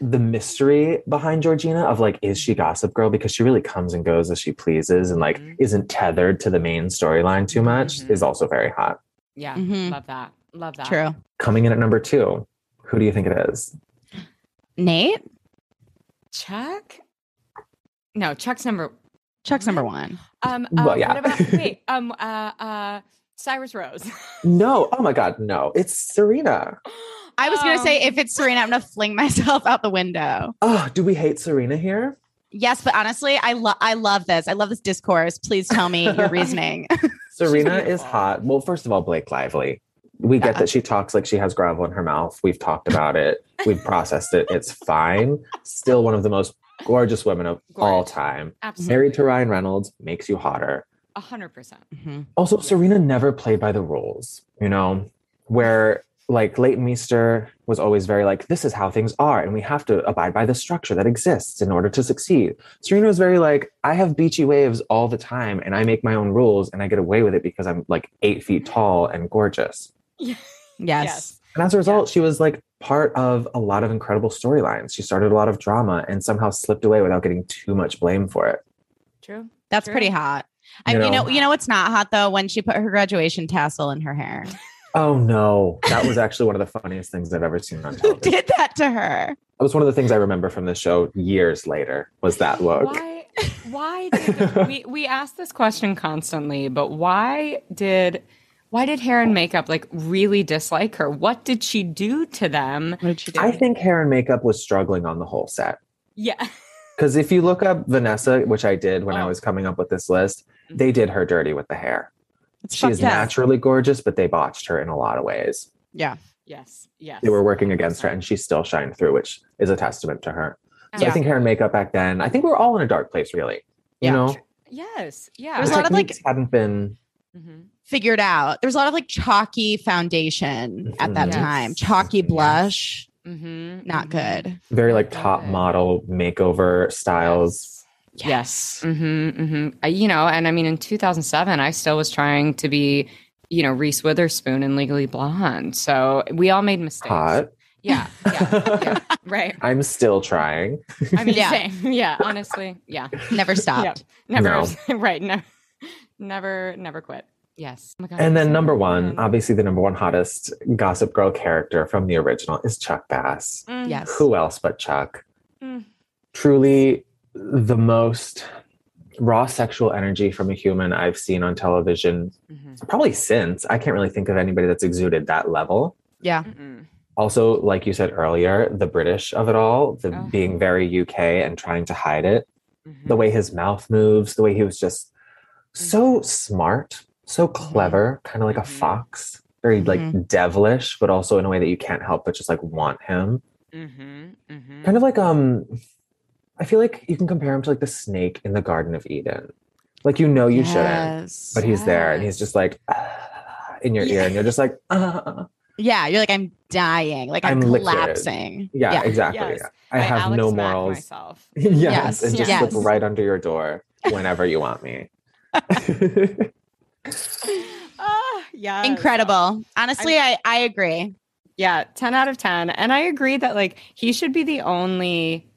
S2: the mystery behind Georgina of like, is she Gossip Girl? Because she really comes and goes as she pleases, and like
S1: Mhm.
S2: isn't tethered to the main storyline too much.
S1: Mhm.
S2: Is also very hot.
S1: Yeah.
S3: Mhm.
S1: Love that. Love that.
S3: True.
S2: Coming in at number two, who do you think it is?
S3: Nate,
S1: Chuck. No, Chuck's number.
S3: Chuck's number one.
S1: Um. uh,
S2: Well, yeah.
S1: What about, wait. Um. Uh. Uh. Cyrus Rose.
S2: No, oh my God, no! It's Serena.
S3: I was gonna
S1: Um,
S3: say if it's Serena, I'm gonna fling myself out the window.
S2: Oh, do we hate Serena here?
S3: Yes, but honestly, I love I love this. I love this discourse. Please tell me your reasoning.
S2: Serena is
S1: beautiful.
S2: hot. Well, first of all, Blake Lively. We get
S3: Yeah.
S2: that she talks like she has gravel in her mouth. We've talked about it. We've processed it. It's fine. Still one of the most gorgeous women of all
S1: Gorgeous.
S2: time.
S1: Absolutely.
S2: Married to Ryan Reynolds makes you hotter.
S1: A hundred percent.
S3: Mhm.
S2: Also, Serena never played by the rules, you know, where like Leighton Meester was always very like, this is how things are, and we have to abide by the structure that exists in order to succeed. Serena was very like, I have beachy waves all the time, and I make my own rules, and I get away with it because I'm like eight feet tall and gorgeous.
S3: Yes.
S2: And as a result, she was like part of a lot of incredible storylines. She started a lot of drama and somehow slipped away without getting too much blame for it.
S1: True.
S3: That's
S1: True.
S3: pretty hot. I
S2: You
S3: you know,
S2: know.
S3: you know what's not hot though when she put her graduation tassel in her hair.
S2: Oh no, that was actually one of the funniest things I've ever seen on television.
S3: Did that to her.
S2: That was one of the things I remember from the show years later. Was that look?
S1: Why? Why did we we ask this question constantly? But why did why did hair and makeup like really dislike her? What did she do to them?
S3: What did she do?
S2: I think hair and makeup was struggling on the whole set.
S1: Yeah,
S2: Because if you look up Vanessa, which I did when I
S1: Oh.
S2: was coming up with this list,
S3: Mm-hmm.
S2: they did her dirty with the hair.
S3: It's
S2: She is
S3: fucked up.
S2: naturally gorgeous, but they botched her in a lot of ways.
S3: Yeah.
S1: yes, yes.
S2: They were working against her, and she still shined through, which is a testament to her. So
S3: Yeah.
S2: I think hair and makeup back then, I think we were all in a dark place, really. You
S3: Yeah.
S2: know,
S1: Yes, yeah.
S3: There's
S2: The
S3: a lot of, like-
S2: techniques hadn't been
S1: Mhm.
S3: Figured out. There's a lot of like chalky foundation at that
S1: Mhm.
S3: time.
S2: Yes.
S3: Chalky
S2: Mm-hmm. Yes.
S3: blush.
S1: Mhm,
S3: Not
S1: mhm.
S3: good.
S2: very like
S1: Okay.
S2: top model makeover styles.
S1: Yes. hmm hmm I, you know, and I mean, in 2007, I still was trying to be, you know, Reese Witherspoon and Legally Blonde. So we all made mistakes.
S2: Hot.
S1: Yeah. Yeah. yeah. right.
S2: I'm still trying.
S1: I mean,
S3: Yeah.
S1: yeah. yeah. Honestly. Yeah.
S3: Never stopped.
S1: Never. right. No. Never, never quit. Yes. Oh my God,
S2: And
S1: I'm
S2: then
S1: so
S2: number one, uh,
S1: glad.
S2: obviously the number one hottest Gossip Girl character from the original is Chuck Bass.
S1: Mm,
S3: Yes.
S2: Who else but Chuck?
S1: mm.
S2: Truly the most raw sexual energy from a human I've seen on television,
S1: Mhm.
S2: probably since. I can't really think of anybody that's exuded that level.
S3: Yeah.
S1: Mm-mm.
S2: Also, like you said earlier, the British of it all, the
S1: Oh.
S2: being very UK and trying to hide it.
S1: Mhm.
S2: the way his mouth moves, the way he was just so smart, so clever, kind of like a
S1: Mhm.
S2: fox, very like devilish, but also in a way that you can't help but just like want him.
S1: Mhm. Mhm.
S2: Kind of like um I feel like you can compare him to like the snake in the Garden of Eden. Like you know Oh, you shouldn't,
S3: Yes.
S2: but he's there and he's
S1: Yes.
S2: just like "Ah," in your ear and you're just like uh,
S3: yeah. You're like, I'm dying. Like I'm,
S2: I'm liquid.
S3: collapsing.
S2: yeah, exactly.
S1: Yes.
S2: yeah. I
S1: By
S2: have
S1: Alex
S2: no
S1: Mack
S2: morals.
S1: Myself.
S2: yes,
S3: Yes,
S2: and just
S3: yes.
S2: slip right under your door whenever you want me.
S1: Ah, yes.
S3: Incredible. Honestly, I, I agree.
S1: Yeah, 10 out of 10. And I agree that like he should be the only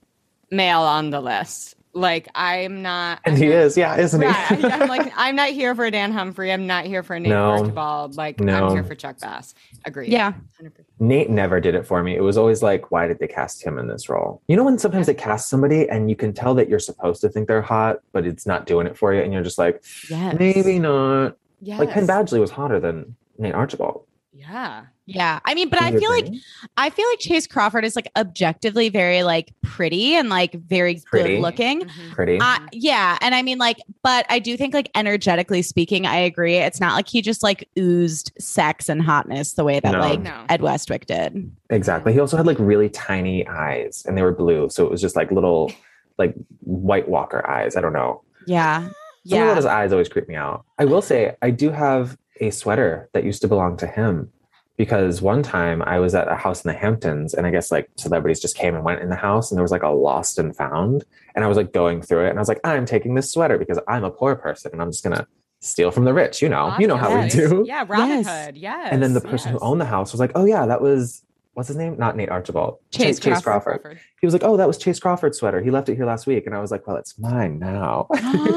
S1: male on the list. Like I'm not
S2: And he is, yeah, isn't
S1: Yeah,
S2: he?
S1: I'm like I'm not here for a Dan Humphrey. I'm not here for a Nate
S2: No.
S1: Archibald. Like
S2: No.
S1: I'm here for Chuck Bass. Agree.
S3: Yeah.
S1: 100%.
S2: Nate never did it for me. It was always like, why did they cast him in this role? You know, when sometimes they cast somebody and you can tell that you're supposed to think they're hot, but it's not doing it for you. And you're just like,
S3: Yes.
S2: maybe not.
S1: Yes.
S2: Like, Penn Badgley was hotter than Nate Archibald.
S1: Yeah.
S3: Yeah. I mean, but
S2: Do
S3: I
S2: you
S3: feel like
S2: agree?
S3: I feel like Chase Crawford is like objectively very like pretty and like very
S2: Pretty. Mm-hmm.
S3: good looking.
S1: Mhm.
S2: pretty.
S3: Uh, yeah, and I mean like, but I do think like energetically speaking, I agree. It's not like he just like oozed sex and hotness the way that
S2: No.
S3: like
S1: No.
S3: Ed Westwick did.
S2: exactly. He also had like really tiny eyes and they were blue. So it was just like little, like White Walker eyes. I don't know.
S3: Yeah,
S2: Something about
S3: yeah.
S2: his eyes always creep me out. I will say I do have a sweater that used to belong to him because one time I was at a house in the Hamptons and I guess like celebrities just came and went in the house and there was like a lost and found and I was like going through it and I was like I'm taking this sweater because I'm a poor person and I'm just going to steal from the rich, you know. You know how we
S1: Obviously.
S2: do.
S1: Yeah, Robin
S3: Yes.
S1: Hood. Yes.
S2: and then the person
S1: yes.
S2: who owned the house was like, "Oh yeah, that was what's his name? Not Nate Archibald.
S3: Chase
S2: Chase
S3: Crawford.
S2: Crawford. He was like, "Oh, that was Chase Crawford's sweater. He left it here last week." And I was like, "Well, it's mine now.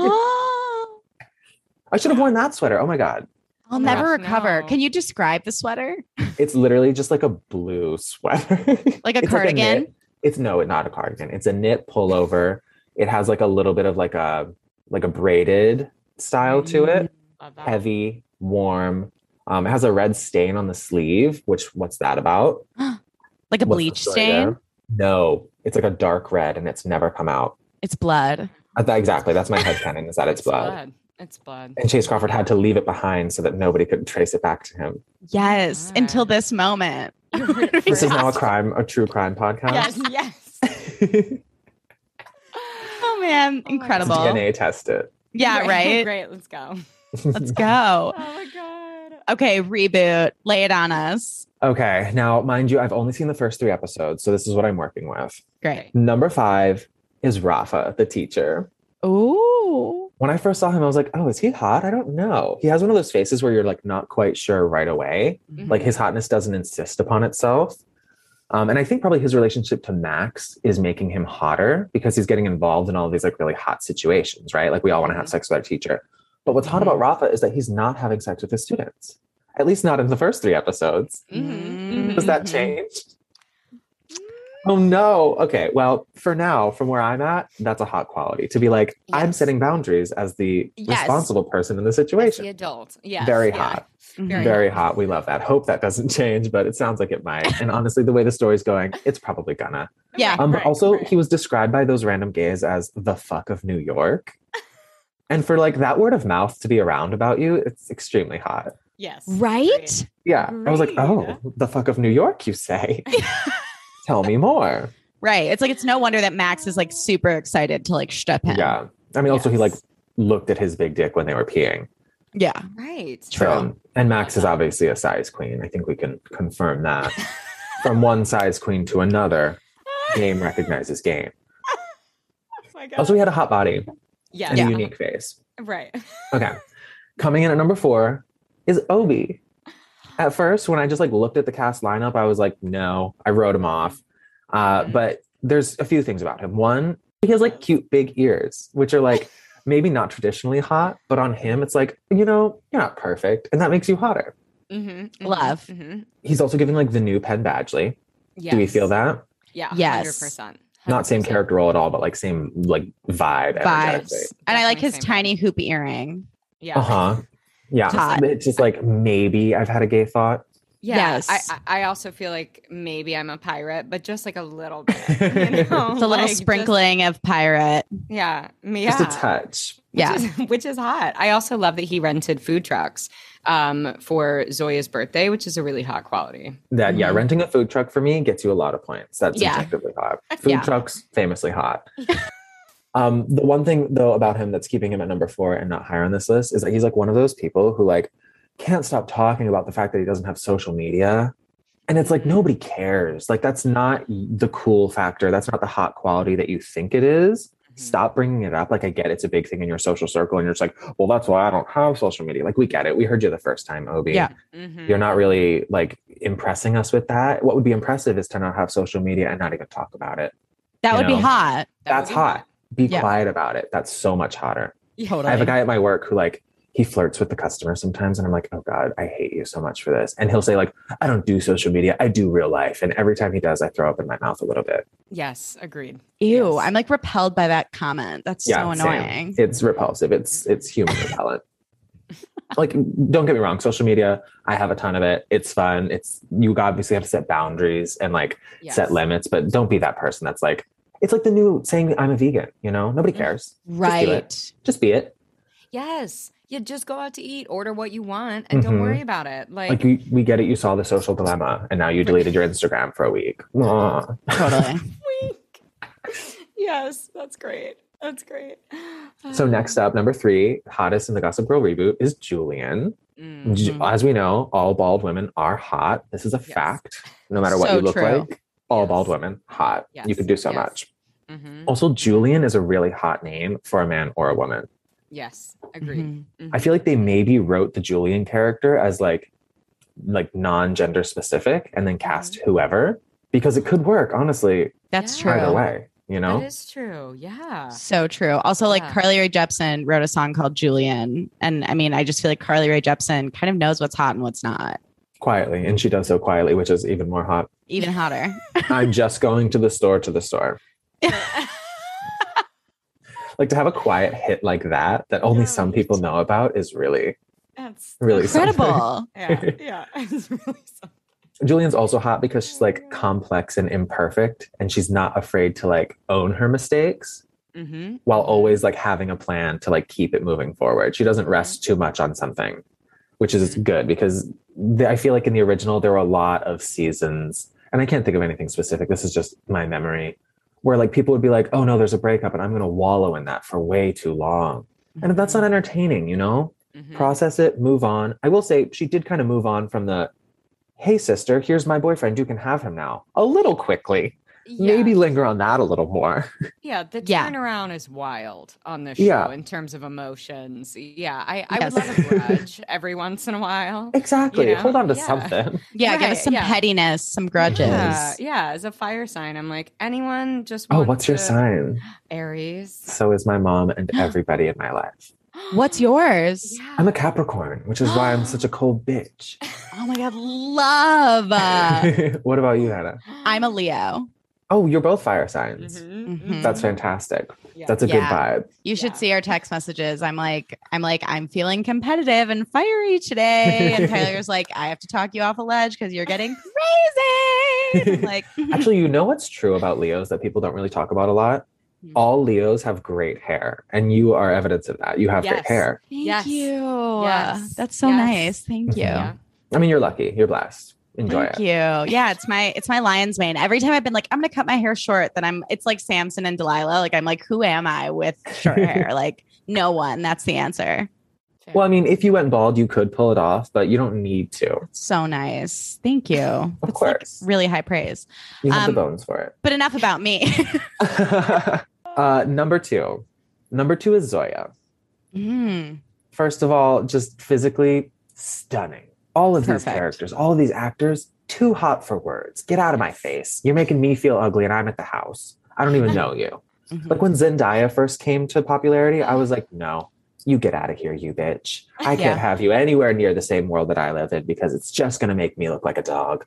S3: Oh,
S2: I should have worn that sweater. Oh my god."
S3: I'll
S1: Yeah.
S3: never recover.
S1: No.
S3: Can you describe the sweater?
S2: It's literally just like a blue sweater.
S3: Like a
S2: It's
S3: cardigan?
S2: knit- it's no, it not a cardigan. It's a knit pullover. It has like a little bit of like a like a braided style to it.
S1: Mm-hmm. Love
S3: Mm.
S1: that.
S2: Heavy, warm. Um, it has a red stain on the sleeve, which what's that about?
S3: like a
S2: What's the
S3: bleach
S2: story
S3: stain?
S2: there? No, it's like a dark red and it's never come out.
S3: It's blood.
S2: Uh, that- exactly. That's my headcanon is that it's blood.
S1: It's blood.
S2: And Chase Crawford had to leave it behind so that nobody could trace it back to him.
S3: Yes, until
S1: God.
S3: this moment.
S2: This is now a crime, a true crime podcast.
S1: Yes, yes.
S3: Oh man,
S1: God.
S3: incredible.
S2: DNA test it.
S3: Yeah, right.
S1: Great, let's go.
S3: Let's go.
S1: Oh my god.
S3: Okay, reboot. Lay it on us.
S2: okay. Now, mind you, I've only seen the first three episodes, so this is what I'm working with.
S3: Great.
S2: Number five is Rafa, the teacher.
S3: Ooh.
S2: When I first saw him, I was like, oh, is he hot? I don't know. He has one of those faces where you're like not quite sure right away.
S1: Mm-hmm.
S2: Like his hotness doesn't insist upon itself. Um, and I think probably his relationship to Max is making him hotter because he's getting involved in all these like really hot situations, right? Like we all want to have sex with our teacher. But what's hot about Rafa is that he's not having sex with his students. At least not in the first three episodes.
S3: Mm-hmm.
S1: Mhm.
S2: Does that
S3: Mhm.
S2: change? Oh no. Okay. Well, for now, from where I'm at, that's a hot quality to be like, I'm
S1: Yes.
S2: setting boundaries as the
S1: Yes.
S2: responsible person in the
S1: As the
S2: situation.
S1: adult. Yes.
S2: Very
S1: yeah.
S2: hot.
S3: Mm-hmm.
S1: Very
S2: Very hot. We love that. Hope that doesn't change, but it sounds like it might. And honestly, the way the story's going, it's probably gonna.
S3: Yeah.
S2: Um,
S1: Right,
S2: also,
S1: right.
S2: he was described by those random gays as the fuck of New York. and for like that word of mouth to be around about you, it's extremely hot.
S1: Yes.
S3: Right?
S2: Yeah. I was like,
S1: Great.
S2: oh, the fuck of New York, you say? Tell me more.
S3: Right. It's like it's no wonder that Max is like super excited to like step him.
S2: Yeah. I mean, also, he
S1: Yes.
S2: like looked at his big dick when they were peeing.
S3: Yeah.
S1: Right.
S2: So-
S3: True.
S2: and Max is obviously a size queen. I think we can confirm that. From one size queen to another, game recognizes game.
S1: Oh my God.
S2: Also, he had a hot body
S1: yes.
S2: and
S1: Yeah.
S2: a unique face.
S1: Right.
S2: Okay. Coming in at number four is Obi. At first, when I just like looked at the cast lineup, I was like, no, I wrote him off. Uh,
S1: Mhm.
S2: But there's a few things about him. One, he has like cute big ears, which are like maybe not traditionally hot, but on him, it's like, you know, you're not perfect. And that makes you hotter.
S1: Mm-hmm,
S3: Love.
S2: He's also giving like the new Penn Badgley.
S1: Yes.
S2: Do we feel that?
S1: Yeah.
S3: Yes.
S1: 100%.
S2: Not same
S1: 100%.
S2: character role at all, but like same like vibe.
S3: Vibes.
S2: energetically.
S3: And I like
S1: Definitely
S3: his
S1: same
S3: tiny hoop earring.
S1: Yeah.
S2: Uh huh. Yeah.
S3: Hot.
S2: It's just like maybe I've had a gay thought.
S1: Yeah,
S3: Yes.
S1: I, I I also feel like maybe I'm a pirate, but just like a little bit. You know?
S3: It's a little
S1: Like, just-
S3: sprinkling of pirate.
S1: yeah. me- Yeah.
S2: Just a touch.
S3: Yeah.
S1: Which is, which is hot. I also love that he rented food trucks um, for Zoya's birthday, which is a really hot quality.
S2: That yeah,
S3: Mhm.
S2: renting a food truck for me gets you a lot of points. That's
S3: Yeah.
S2: objectively hot. Food
S3: Yeah.
S2: trucks famously hot. um, the one thing though about him that's keeping him at number four and not higher on this list is that he's like one of those people who like can't stop talking about the fact that he doesn't have social media. And it's
S3: Mm-hmm.
S2: like nobody cares. Like that's not the cool factor. That's not the hot quality that you think it is.
S3: Mm-hmm.
S1: Mm-hmm.
S2: Stop bringing it up. Like I get it's a big thing in your social circle, and you're just like, well, that's why I don't have social media. Like we get it. We heard you the first time, Obi
S3: Yeah.
S1: Mhm.
S2: you're not really like impressing us with that. What would be impressive is to not have social media and not even talk about it.
S3: That
S2: You
S3: would
S2: know.
S3: be hot.
S1: That would
S2: That's
S1: be
S2: hot. Be
S3: Yeah.
S2: quiet about it. That's so much hotter.
S3: Totally.
S2: I have a guy at my work who like he flirts with the customer sometimes and I'm like, "Oh god, I hate you so much for this." And he'll say like, "I don't do social media. I do real life." And every time he does, I throw up in my mouth a little bit.
S1: Yes, agreed.
S3: Ew.
S1: Yes.
S3: I'm like repelled by that comment. That's so
S2: same.
S3: annoying.
S2: It's repulsive. It's it's human repellent. Like, don't get me wrong. Social media, I have a ton of it. It's fun. It's you obviously have to set boundaries and like
S1: Yes.
S2: set limits, but don't be that person that's like, it's like the new saying, I'm a vegan, you know? Nobody
S1: Mhm.
S2: cares. do it.
S3: Right.
S2: Just be it.
S1: Yes. You just go out to eat, order what you want, and don't
S2: Mhm.
S1: worry about it. Like,
S2: Like, we, we get it. You saw the social dilemma and now you deleted your Instagram for a week. Aw.
S3: Totally.
S1: week. yes, that's great. That's great.
S2: So, next up, number three, hottest in the Gossip Girl reboot is Julian.
S1: Mm.
S2: Ju-
S3: Mhm.
S2: As we know, all bald women are hot. This is a
S1: Yes.
S2: fact. No matter what
S3: So
S2: you look
S3: true.
S2: like, all
S1: Yes.
S2: bald women, hot. You
S1: Yes.
S2: can do so
S1: Yes.
S2: much.
S1: Mhm.
S2: Also, Julian is a really hot name for a man or a woman.
S1: Yes, agreed. Mm-hmm.
S3: Mhm.
S2: Mm-hmm. I feel like they maybe wrote the Julian character as like like non-gender specific and then cast
S1: Mm-hmm.
S2: whoever because it could work honestly
S3: That's
S1: Yeah.
S2: either
S3: true.
S2: way, you know?
S1: That is true. Yeah.
S3: So true. Also, like
S1: Yeah.
S3: Carly Rae Jepsen wrote a song called Julian. And I mean, I just feel like Carly Rae Jepsen kind of knows what's hot and what's not.
S2: quietly and she does so quietly, which is even more hot.
S3: Even hotter.
S2: I'm just going to the store to the store. Like to have a quiet hit like that that only some
S1: Right.
S2: people know about is really
S1: That's
S2: really something.
S3: Incredible.
S1: Yeah, yeah. It's really something.
S2: Julian's also hot because she's
S1: Oh
S2: like
S1: my God.
S2: complex and imperfect and she's not afraid to like own her mistakes.
S1: Mm-hmm.
S2: while always like having a plan to like keep it moving forward. She
S1: Mm-hmm.
S2: doesn't rest too much on something, which is
S1: Mhm.
S2: good because the, I feel like in the original there were a lot of seasons, and I can't think of anything specific. This is just my memory, where like people would be like, "Oh no, there's a breakup," and I'm going to wallow in that for way too long, and
S1: Mm-hmm.
S2: that's not entertaining, you know. Process it, move on. I will say she did kind of move on from the. Hey sister, here's my boyfriend. You can have him now. A little quickly. Maybe linger on that a little more.
S1: Yeah, the
S3: Yeah.
S1: turnaround is wild on this show
S2: Yeah.
S1: in terms of emotions. Yeah, I, I would
S3: Yes.
S1: love a grudge every once in a while.
S2: Exactly.
S1: You know?
S2: Hold on to
S1: Yeah.
S2: something.
S3: Yeah. give
S1: Right,
S3: us some
S1: yeah.
S3: pettiness, some grudges.
S1: Yeah, yeah, as a fire sign, I'm like, anyone just
S2: Oh,
S1: want
S2: what's your
S1: to-
S2: sign?
S1: Aries.
S2: So is my mom and everybody in my life.
S3: What's yours?
S2: I'm a Capricorn, which is why I'm such a cold bitch.
S3: Oh my God, love. Uh,
S2: what about you, Hannah?
S3: I'm a Leo.
S2: Oh, you're both fire signs.
S3: mhm.
S2: That's fantastic.
S1: Mm-hmm, Yeah.
S2: That's a good
S3: Yeah.
S2: vibe.
S3: You should
S1: Yeah.
S3: see our text messages. I'm like, I'm like, I'm feeling competitive and fiery today. And Tyler's like, I have to talk you off a ledge because you're getting crazy. And I'm like,
S2: Actually, you know what's true about Leos that people don't really talk about a lot?
S3: Hmm.
S2: All Leos have great hair, and you are evidence of that. You have
S1: Yes.
S2: great hair.
S3: thank
S1: Yes.
S3: you.
S1: Yes.
S3: That's so
S1: Yes.
S3: nice. Thank you.
S1: Yeah.
S2: I mean, you're lucky. You're blessed. Enjoy
S3: Thank
S2: it.
S3: you. Yeah, it's my it's my lion's mane. Every time I've been like, I'm gonna cut my hair short, then I'm it's like Samson and Delilah. Like I'm like, who am I with short hair? Like no one. That's the answer.
S2: Well, I mean, if you went bald, you could pull it off, but you don't need to.
S3: So nice. Thank you. Of That's
S2: course.
S3: like really high praise.
S2: You have
S3: Um,
S2: the bones for it.
S3: But enough about me.
S2: uh, number two. Number two is Zoya.
S1: Mm-hmm.
S3: Mm.
S2: First of all, just physically stunning. All of these
S3: Perfect.
S2: characters, all of these actors, too hot for words. Get out of my face. You're making me feel ugly and I'm at the house. I don't even know you.
S1: Mm-hmm.
S3: Mhm.
S2: Like when Zendaya first came to popularity, I was like, no, you get out of here, you bitch. I
S3: Yeah.
S2: can't have you anywhere near the same world that I live in because it's just going to make me look like a dog.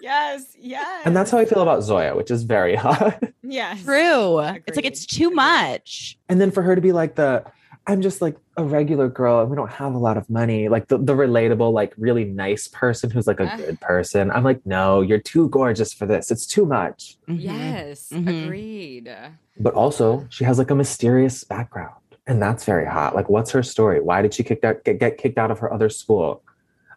S1: yes, yes.
S2: And that's how I feel about Zoya, which is very hot.
S1: Yes.
S3: True. It's like
S1: Agreed.
S3: it's too
S1: Agreed.
S3: much.
S2: and then for her to be like the i'm just like a regular girl and we don't have a lot of money like the, the relatable like really nice person who's like a
S1: Uh.
S2: good person i'm like no you're too gorgeous for this it's too much
S1: Mm-hmm.
S3: Mhm.
S1: Yes.
S3: Mhm.
S1: Agreed.
S2: but also she has like a mysterious background and that's very hot like what's her story why did she kicked out get, get kicked out of her other school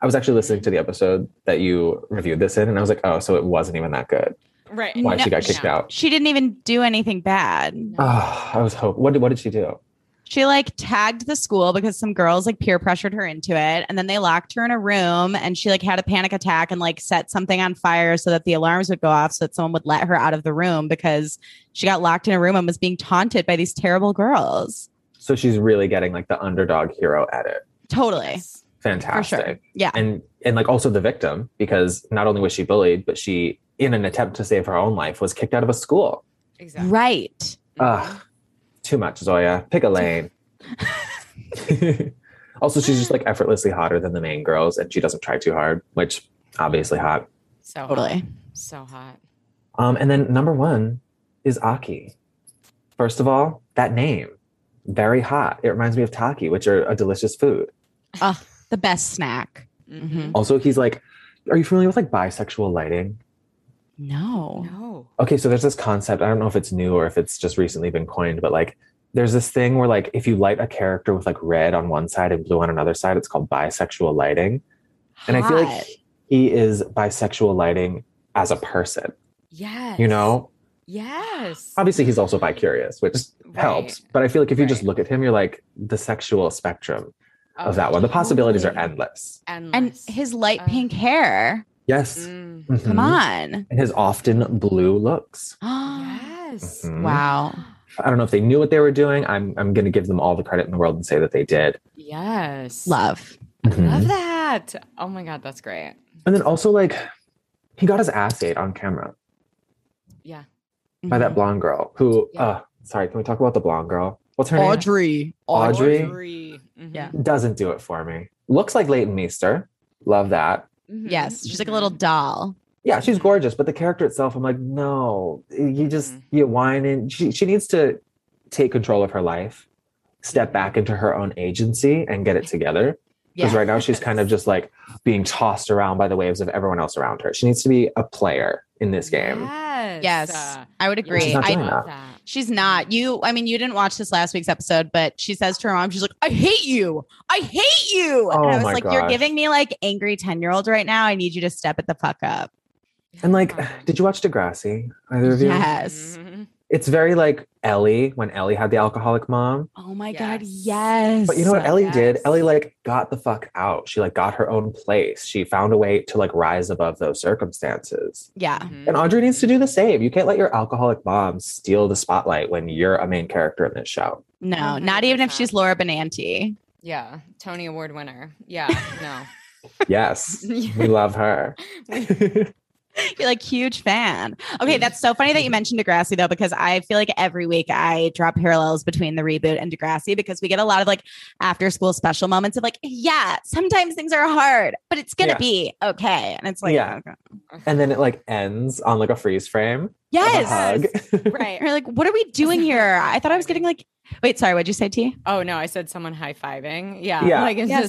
S2: i was actually listening to the episode that you reviewed this in and i was like oh so it wasn't even that good
S1: Right.
S2: why
S3: No,
S2: she got kicked
S1: no.
S2: out
S3: She didn't even do anything bad.
S2: Ah, i was hoping what did, what did she do
S3: She like tagged the school because some girls like peer pressured her into it. And then they locked her in a room and she like had a panic attack and like set something on fire so that the alarms would go off so that someone would let her out of the room because she got locked in a room and was being taunted by these terrible girls.
S2: so she's really getting like the underdog hero edit
S3: Totally.
S1: Yes.
S3: For
S2: fantastic
S3: sure. Yeah.
S2: and and like also the victim because not only was she bullied but she in an attempt to save her own life was kicked out of a school
S1: Exactly. Mm-hmm.
S3: Right.
S2: ugh too much zoya pick a lane also she's just like effortlessly hotter than the main girls and she doesn't try too hard which obviously hot
S1: So hot.
S2: Oh.
S3: Totally.
S1: So hot.
S2: um and then number one is aki first of all that name very hot it reminds me of taki which are a delicious food
S3: The best snack. Mhm.
S2: also he's like are you familiar with like bisexual lighting
S3: No.
S1: Mm-hmm. No.
S2: okay so there's this concept i don't know if it's new or if it's just recently been coined but like there's this thing where like if you light a character with like red on one side and blue on another side it's called bisexual lighting and i feel
S3: Hot.
S2: like he is bisexual lighting as a person
S1: Yes.
S2: you know
S1: Yes.
S2: obviously he's also bicurious which helps
S1: Right.
S2: but i feel like if you just
S1: Right.
S2: look at him you're like the sexual spectrum
S1: Oh,
S2: of that one the possibilities are
S1: totally.
S2: endless
S3: And
S1: Endless.
S3: his light
S1: Uh,
S3: pink hair.
S2: yes
S1: Mm.
S2: Mhm.
S3: Come on.
S2: and his often blue looks
S1: Yes.
S2: Mhm.
S3: Wow.
S2: i don't know if they knew what they were doing i'm, I'm going to give them all the credit in the world and say that they did
S1: Yes.
S3: Love.
S2: Mhm.
S1: Love that. Oh my God, that's great.
S2: And then also like he got his ass ate on camera
S1: Yeah.
S2: by
S3: Mm-hmm.
S2: that blonde girl who
S1: Mm-hmm. Yeah.
S2: uh sorry, can we talk about the blonde girl? What's her name?
S3: Audrey.
S2: Audrey.
S1: Mhm.
S3: Yeah.
S2: Doesn't do it for me. Looks like Leighton Meester. Love that.
S1: Mhm.
S3: Yes. She's like a
S1: Mhm.
S3: little
S2: Mm-hmm.
S3: doll.
S2: Yeah, she's gorgeous, but the character itself, I'm like, no, you just
S1: Mhm.
S2: you whine and she she needs to take control of her life, step
S1: Mhm.
S2: back into her own agency and get it together. Because
S3: Yeah.
S2: Mm-hmm. right now she's kind of just like being tossed around by the waves of everyone else around her. She needs to be a player in this game.
S1: Yes. Uh,
S3: Yes. I would agree.
S2: She's not
S3: I
S2: doing that.
S3: She's not. You, I mean, you didn't watch this last week's episode, but she says to her mom, she's like, I hate you. I hate you.
S2: Oh
S3: and I was
S2: my
S3: like, you're
S2: gosh.
S3: giving me like angry 10 year old right now. I need you to step it the fuck up.
S2: And like,
S1: Oh
S2: did you watch Degrassi? Either of you?
S3: Yes.
S1: Mm-hmm.
S2: It's very like Ellie when Ellie had the alcoholic mom.
S3: Oh my God.
S1: Yes.
S3: Yes.
S2: But you know what Ellie did?
S1: yes.
S2: Ellie like got the fuck out. She like got her own place. She found a way to like rise above those circumstances.
S3: Yeah.
S2: Mm-hmm. And Audrey needs to do the same. You can't let your alcoholic mom steal the spotlight when you're a main character in this show.
S3: No,
S1: Mhm.
S3: not even if she's Laura Benanti.
S1: Yeah. Tony Award winner. Yeah. No.
S2: Yes.
S1: Yeah.
S2: we love her.
S3: You're like huge fan. Okay, that's so funny that you mentioned Degrassi though, because I feel like every week I draw parallels between the reboot and Degrassi because we get a lot of like after school special moments of like, yeah, sometimes things are hard, but it's gonna
S2: Yeah.
S3: be okay. And it's like,
S2: Yeah.
S3: okay.
S2: and then it like ends on like a freeze frame. of
S3: yes.
S2: A hug.
S1: right.
S3: And you're like, what are we doing here? I thought I was getting like, wait, sorry, what'd you say, T?
S1: Oh no, I said someone high fiving. Yeah.
S2: Yeah.
S1: Like it's
S3: Yes.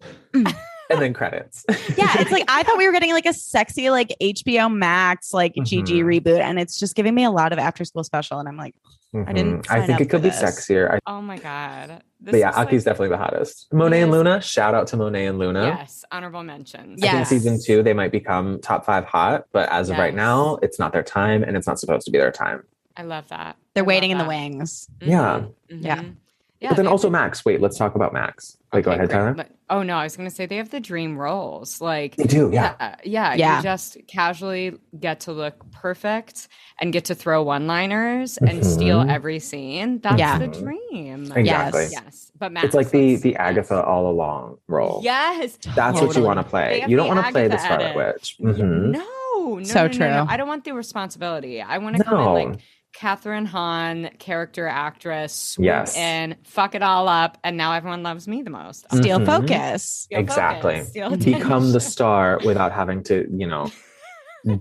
S1: just
S2: and then credits.
S3: Yeah, it's like I thought we were getting like a sexy like HBO Max like
S2: Mm-hmm.
S3: GG reboot, and it's just giving me a lot of after school special, and I'm like, I didn't
S2: Mhm. I
S3: sign
S2: think
S3: up
S2: it could
S3: for
S2: be
S3: this.
S2: sexier. I,
S1: oh my God. This
S2: but yeah,
S1: is, like-
S2: Aki's definitely the hottest. Monet and
S1: Yes.
S2: Luna, shout out to Monet and Luna.
S1: Yes. Honorable mentions.
S2: I think
S3: Yes.
S2: season two, they might become top five hot, but as of right
S1: Yes.
S2: now, it's not their time and it's not supposed to be their time.
S1: I love that. I
S3: they're
S1: love
S3: waiting in the
S1: that.
S3: wings.
S2: Yeah.
S1: Mhm.
S3: Yeah.
S1: Mhm. Yeah.
S2: but then
S1: they-
S2: also Max. Wait, let's talk about Max. Wait, go
S1: okay,
S2: ahead,
S1: great.
S2: Tyler.
S1: But- oh no, I was gonna say they have the dream roles. Like
S2: They do, yeah.
S1: yeah, yeah,
S3: Yeah.
S1: You just casually get to look perfect and get to throw one-liners and steal
S2: Mhm.
S1: every scene. That's
S3: Yeah.
S1: the dream.
S2: Mm-hmm. Exactly.
S1: Yes. yes. But Max,
S2: It's like the
S1: let's-
S2: the
S1: yes.
S2: Agatha all along role.
S1: Yes.
S2: That's what you
S3: Totally.
S2: want to
S1: They
S2: play.
S1: have
S2: You don't
S1: the
S2: want to play the
S1: Agatha
S2: Scarlet
S1: edit.
S2: Witch.
S1: Y-
S2: Mhm.
S1: No, no,
S3: So
S1: no, no, no.
S3: true.
S1: I don't want the responsibility. I want
S2: No.
S1: to come in like Catherine Hahn, character actress, swoop
S2: Yes.
S1: in, fuck it all up, and now everyone loves me the most.
S2: Mm.
S3: Steal
S2: Mhm.
S3: focus.
S1: Steal focus,
S2: Exactly.
S1: steal
S2: Become the
S1: attention.
S2: star without having to, you know,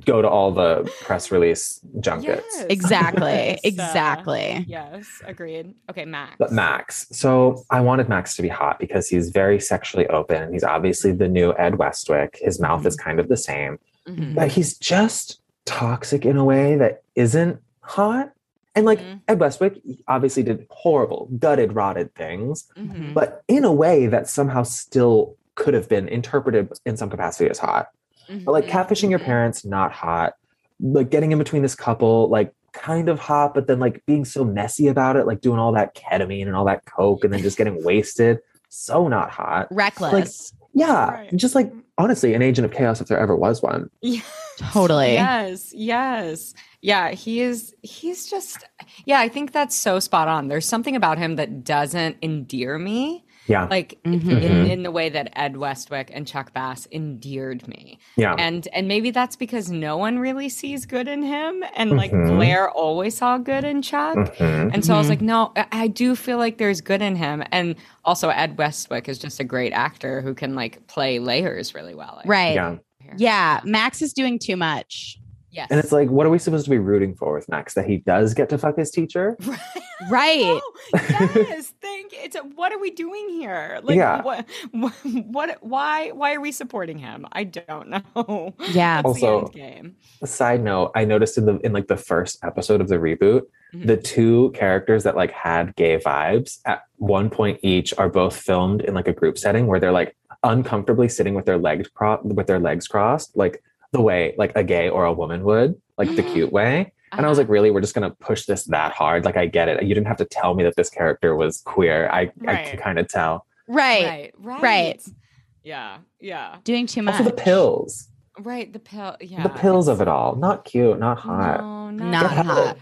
S2: go to all the press release junkets.
S1: Yes.
S3: Exactly.
S1: Yes.
S3: exactly.
S1: Yes, agreed. Okay, Max.
S2: But Max. So I wanted Max to be hot because he's very sexually open. He's obviously the new Ed Westwick. His mouth is kind of the same,
S1: Mhm.
S2: but he's just toxic in a way that isn't hot. And like
S1: Mhm.
S2: Ed Westwick obviously did horrible, gutted, rotted things,
S1: Mhm.
S2: but in a way that somehow still could have been interpreted in some capacity as hot. But like
S1: Mhm.
S2: catfishing your parents, not hot. Like getting in between this couple, like kind of hot, but then like being so messy about it, like doing all that ketamine and all that coke and then just getting wasted. So not hot.
S3: Reckless.
S2: Yeah.
S1: Right.
S2: Just like honestly, an agent of chaos if there ever was one.
S1: Yeah.
S3: totally.
S1: Yes, yes. Yeah, he is he's just yeah, I think that's so spot on. There's something about him that doesn't endear me.
S2: Yeah.
S1: Like
S3: Mhm.
S1: in,
S2: Mm-hmm.
S1: in the way that Ed Westwick and Chuck Bass endeared me.
S2: yeah.
S1: And and maybe that's because no one really sees good in him and like
S2: Mhm.
S1: Blair always saw good in Chuck.
S2: Mhm.
S1: And so I was
S3: Mhm.
S1: like, no, I- I do feel like there's good in him. And also, Ed Westwick is just a great actor who can like play layers really well. I
S3: Right. Yeah.
S2: Yeah.
S1: hear.
S3: Max is doing too much.
S1: Yes.
S2: And it's like, what are we supposed to be rooting for with Max? That he does get to fuck his teacher?
S3: Right.
S1: Oh, yes. Thank you. It's a, what are we doing here? Like,
S2: Yeah.
S1: what, what, what, why, why are we supporting him? I don't know.
S3: Yeah.
S1: That's
S2: Also-
S1: the end game.
S2: A side note, I noticed in the in like the first episode of the reboot,
S1: Mhm.
S2: the two characters that like had gay vibes at one point each are both filmed in like a group setting where they're like uncomfortably sitting with their legs cro- with their legs crossed, like the way like a gay or a woman would, like the cute way. And
S1: Uh-huh.
S2: I was like, really, we're just gonna push this that hard? Like, I get it. You didn't have to tell me that this character was queer. I I
S1: Right.
S2: could kind of tell.
S3: Right.
S1: right, right,
S3: right.
S1: Yeah, yeah,
S3: Doing too much.
S2: Also, the pills,
S1: right. The pill. Yeah,
S2: the pills
S1: it's-
S2: of it all. Not cute, not hot.
S1: No,
S3: Not
S1: not
S2: hot.
S1: hot. hot.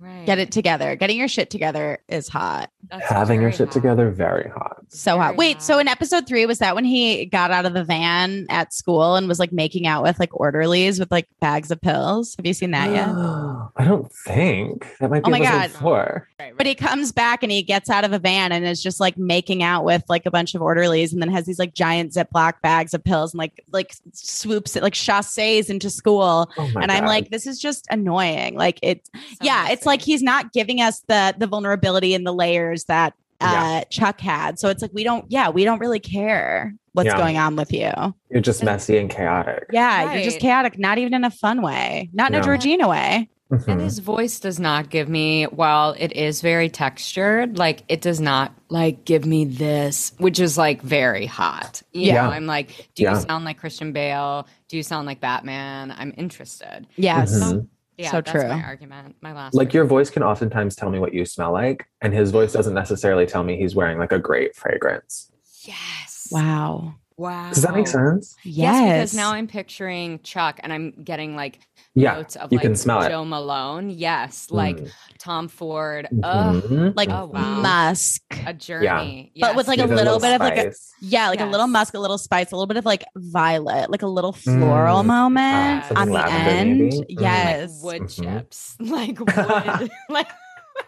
S1: Right.
S3: Get it together. Getting your shit together is hot.
S1: That's
S2: Having your
S1: very
S2: shit
S1: hot.
S2: together, very hot.
S3: So hot.
S1: Very
S3: Wait, so
S1: hot.
S3: in episode three, was that when he got out of the van at school and was like making out with like orderlies with like bags of pills? Have you seen that yet?
S2: I don't think that might be
S3: Oh my
S2: episode
S3: God.
S2: four.
S1: Right,
S3: But he comes back and he gets out of a van and is just like making out with like a bunch of orderlies and then has these like giant Ziploc bags of pills and like like swoops it like chassés into school.
S2: Oh my
S3: and I'm
S2: God.
S3: like, this is just annoying. Like it's
S1: So
S3: yeah, it's like
S1: messy.
S3: he's not giving us the the vulnerability and the layers that uh Chuck had. So it's like we don't yeah, we don't really care what's
S2: Yeah.
S3: going on with you.
S2: you're just messy and chaotic.
S3: Yeah, you're just
S1: Right.
S3: chaotic, not even in a fun way, not in a
S2: No.
S3: Georgina way.
S1: And
S2: Mhm.
S1: his voice does not give me, while it is very textured, like it does not like give me this, which is like very hot. You
S2: Yeah.
S1: know, I'm like, do
S2: Yeah.
S1: you sound like Christian Bale? Do you sound like Batman? I'm interested.
S3: Yes.
S2: Mhm.
S1: Yeah,
S3: So
S1: that's
S3: true.
S1: my argument. My last
S2: Like your voice can oftentimes tell me what you smell like, and his voice doesn't necessarily tell me he's wearing like a great fragrance.
S1: yes.
S3: Wow.
S1: Wow.
S2: Does that make
S3: Oh.
S2: sense?
S1: Yes. because now I'm picturing Chuck and I'm getting like
S2: Yeah.
S1: notes of
S2: you
S1: like
S2: can smell it.
S1: Joe Malone. Yes. Like
S2: Mm.
S1: Tom Ford. Ugh,
S2: Mhm.
S3: like
S1: Oh, wow.
S3: Mm-hmm. musk.
S1: a journey.
S3: But with, like, a
S2: With
S3: little bit of, like, a-
S2: spice.
S3: Yeah, like a little
S1: Yes.
S3: musk, a little spice, a little bit of like violet, like a little floral
S2: Mm.
S3: moment
S1: Ah,
S3: on
S1: something
S3: the
S1: lavender,
S3: end.
S2: maybe? Mm.
S3: Yes.
S1: like wood
S2: Mhm.
S1: chips. Like wood. like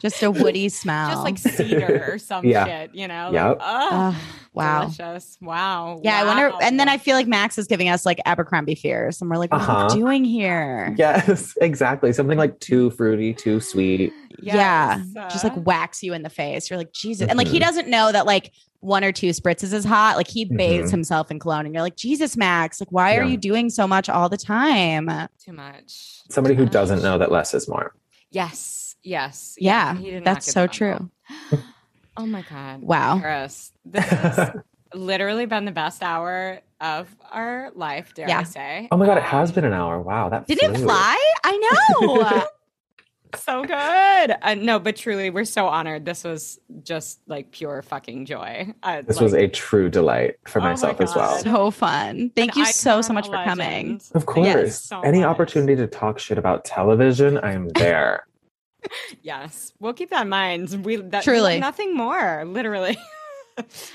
S3: Just a woody smell.
S1: just like cedar or some
S2: Yeah.
S1: shit, you know?
S2: Yep.
S1: Like, ugh,
S3: Ugh, wow.
S1: Delicious. Wow.
S3: Yeah, I
S1: wow.
S3: wonder. And then I feel like Max is giving us like Abercrombie fears, and we're like, what
S2: Uh-huh.
S3: are we doing here?
S2: Yes, exactly. Something like too fruity, too sweet.
S3: Yeah,
S1: Yes,
S3: Just like
S1: uh,
S3: whacks you in the face. You're like, Jesus. And like, he
S2: Mhm.
S3: doesn't know that like one or two spritzes is hot. Like, he bathes
S2: Mhm.
S3: himself in cologne, and you're like, Jesus, Max, like, why are
S2: Yeah.
S3: you doing so much all the time?
S1: too much.
S2: Somebody who
S1: Gosh.
S2: doesn't know that less is more.
S1: Yes. Yes.
S3: Yeah,
S1: He did not
S3: that's
S1: get
S3: so
S1: the memo. Oh my God.
S3: Wow.
S1: Chris, this has literally been the best hour of our life, dare
S3: Yeah.
S1: I say.
S2: Oh my god, it has been an hour. Wow, that
S3: Did it
S2: flew.
S3: fly? I know.
S1: So good. Uh, no, but truly, we're so honored. This was just like pure fucking joy. Uh,
S2: This
S1: like,
S2: was a true delight for
S1: Oh my
S2: myself as
S1: God.
S2: well.
S3: so fun. Thank
S1: an
S3: you so,
S1: icon,
S3: so much
S1: a
S3: for coming.
S1: legend.
S2: Of
S1: Thank
S2: course.
S1: you
S3: Yes.
S1: so
S2: Any
S1: much.
S2: opportunity to talk shit about television, I am there.
S1: Yes. We'll keep that in mind. We that,
S3: Truly.
S1: nothing more, literally.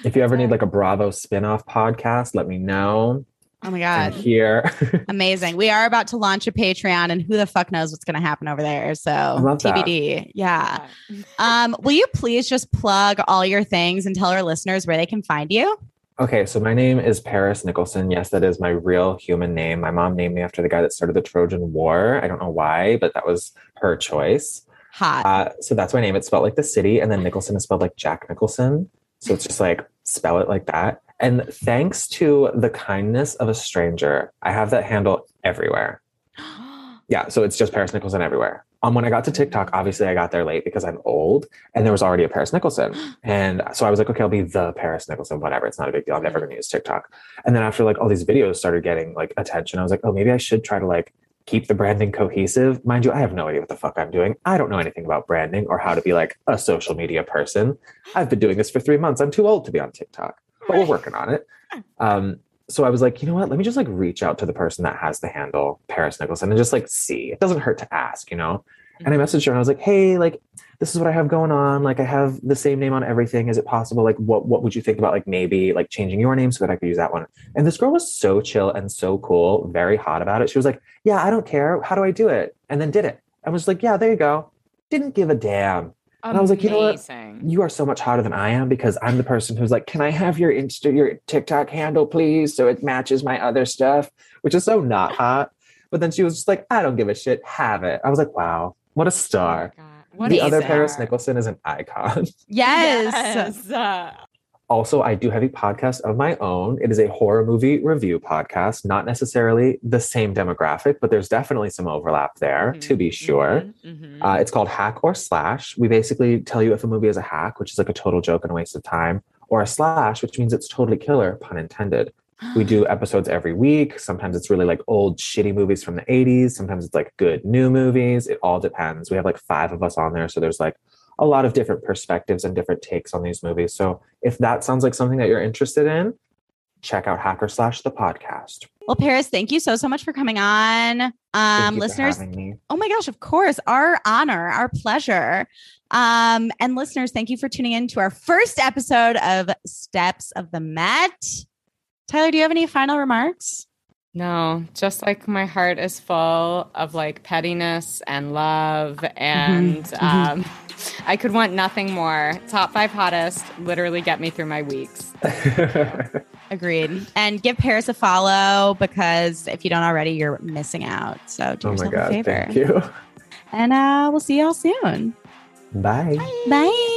S2: if you ever need like a Bravo spin-off podcast, let me know.
S3: Oh my
S2: I'm
S3: God.
S2: here.
S3: Amazing. We are about to launch a Patreon, and who the fuck knows what's going to happen over there. So
S2: love that.
S3: TBD. Yeah. Um, will you please just plug all your things and tell our listeners where they can find you?
S2: Okay, so my name is Paris Nicholson. Yes, that is my real human name. My mom named me after the guy that started the Trojan War. I don't know why, but that was her choice.
S3: Hot.
S2: Uh, so that's my name. It's spelled like the city, and then Nicholson is spelled like Jack Nicholson. So it's just like spell it like that. And thanks to the kindness of a stranger, I have that handle everywhere. Uh, Yeah, so it's just Paris Nicholson everywhere. Um, when I got to TikTok, obviously I got there late because I'm old, and there was already a Paris Nicholson, and so I was like, okay, I'll be the Paris Nicholson, whatever. It's not a big deal. I'm never going to use TikTok. And then after like all these videos started getting like attention, I was like, oh, maybe I should try to like keep the branding cohesive. Mind you, I have no idea what the fuck I'm doing. I don't know anything about branding or how to be like a social media person. I've been doing this for three months. I'm too old to be on TikTok, but we're working on it. Um, so I was like, you know what? Let me just like reach out to the person that has the handle Paris Nicholson and just like see. It doesn't hurt to ask, you know? And I messaged her and I was like, hey, like this is what I have going on. Like I have the same name on everything. Is it possible? Like what what would you think about like maybe like changing your name so that I could use that one? And this girl was so chill and so cool, very hot about it. She was like, Yeah, I don't care. How do I do it? And then did it. I was like, Yeah, there you go. Didn't give a damn I was like, you know what?
S1: Amazing.
S2: you are so much hotter than I am because I'm the person who's like, can I have your Insta, your TikTok handle, please, so it matches my other stuff, which is so not hot. But then she was just like, I don't give a shit, have it. I was like, wow, what a star.
S1: Oh my God. What
S2: the
S1: a
S2: other
S1: star.
S2: Paris Nicholson is an icon.
S3: Yes.
S1: Yes. Uh,
S2: Also, I do have a podcast of my own. It is a horror movie review podcast, not necessarily the same demographic, but there's definitely some overlap there,
S1: Mhm,
S2: to be sure.
S1: mhm, mhm.
S2: Uh, it's called Hack or Slash. We basically tell you if a movie is a hack, which is like a total joke and a waste of time, or a slash, which means it's totally killer, pun intended. We do episodes every week. Sometimes it's really like old shitty movies from the 80s. Sometimes it's like good new movies. It all depends. We have like five of us on there. So there's like a lot of different perspectives and different takes on these movies. So if that sounds like something that you're interested in, check out Hacker Slash the podcast.
S3: Well, Paris, thank you so, so much for coming on.
S2: Thank
S3: Um,
S2: you for
S3: listeners,
S2: having me.
S3: oh my gosh, of course, our honor, our pleasure. Um, and listeners, thank you for tuning in to our first episode of Steps of the Met. Tyler, do you have any final remarks?
S1: No, just like my heart is full of like pettiness and love, and um, I could want nothing more. Top five hottest literally get me through my weeks.
S3: Agreed. And give Paris a follow because if you don't already, you're missing out. So do
S2: oh my
S3: yourself a
S2: God.
S3: favor.
S2: Thank you.
S3: And uh, we'll see y'all soon.
S2: Bye.
S3: Bye.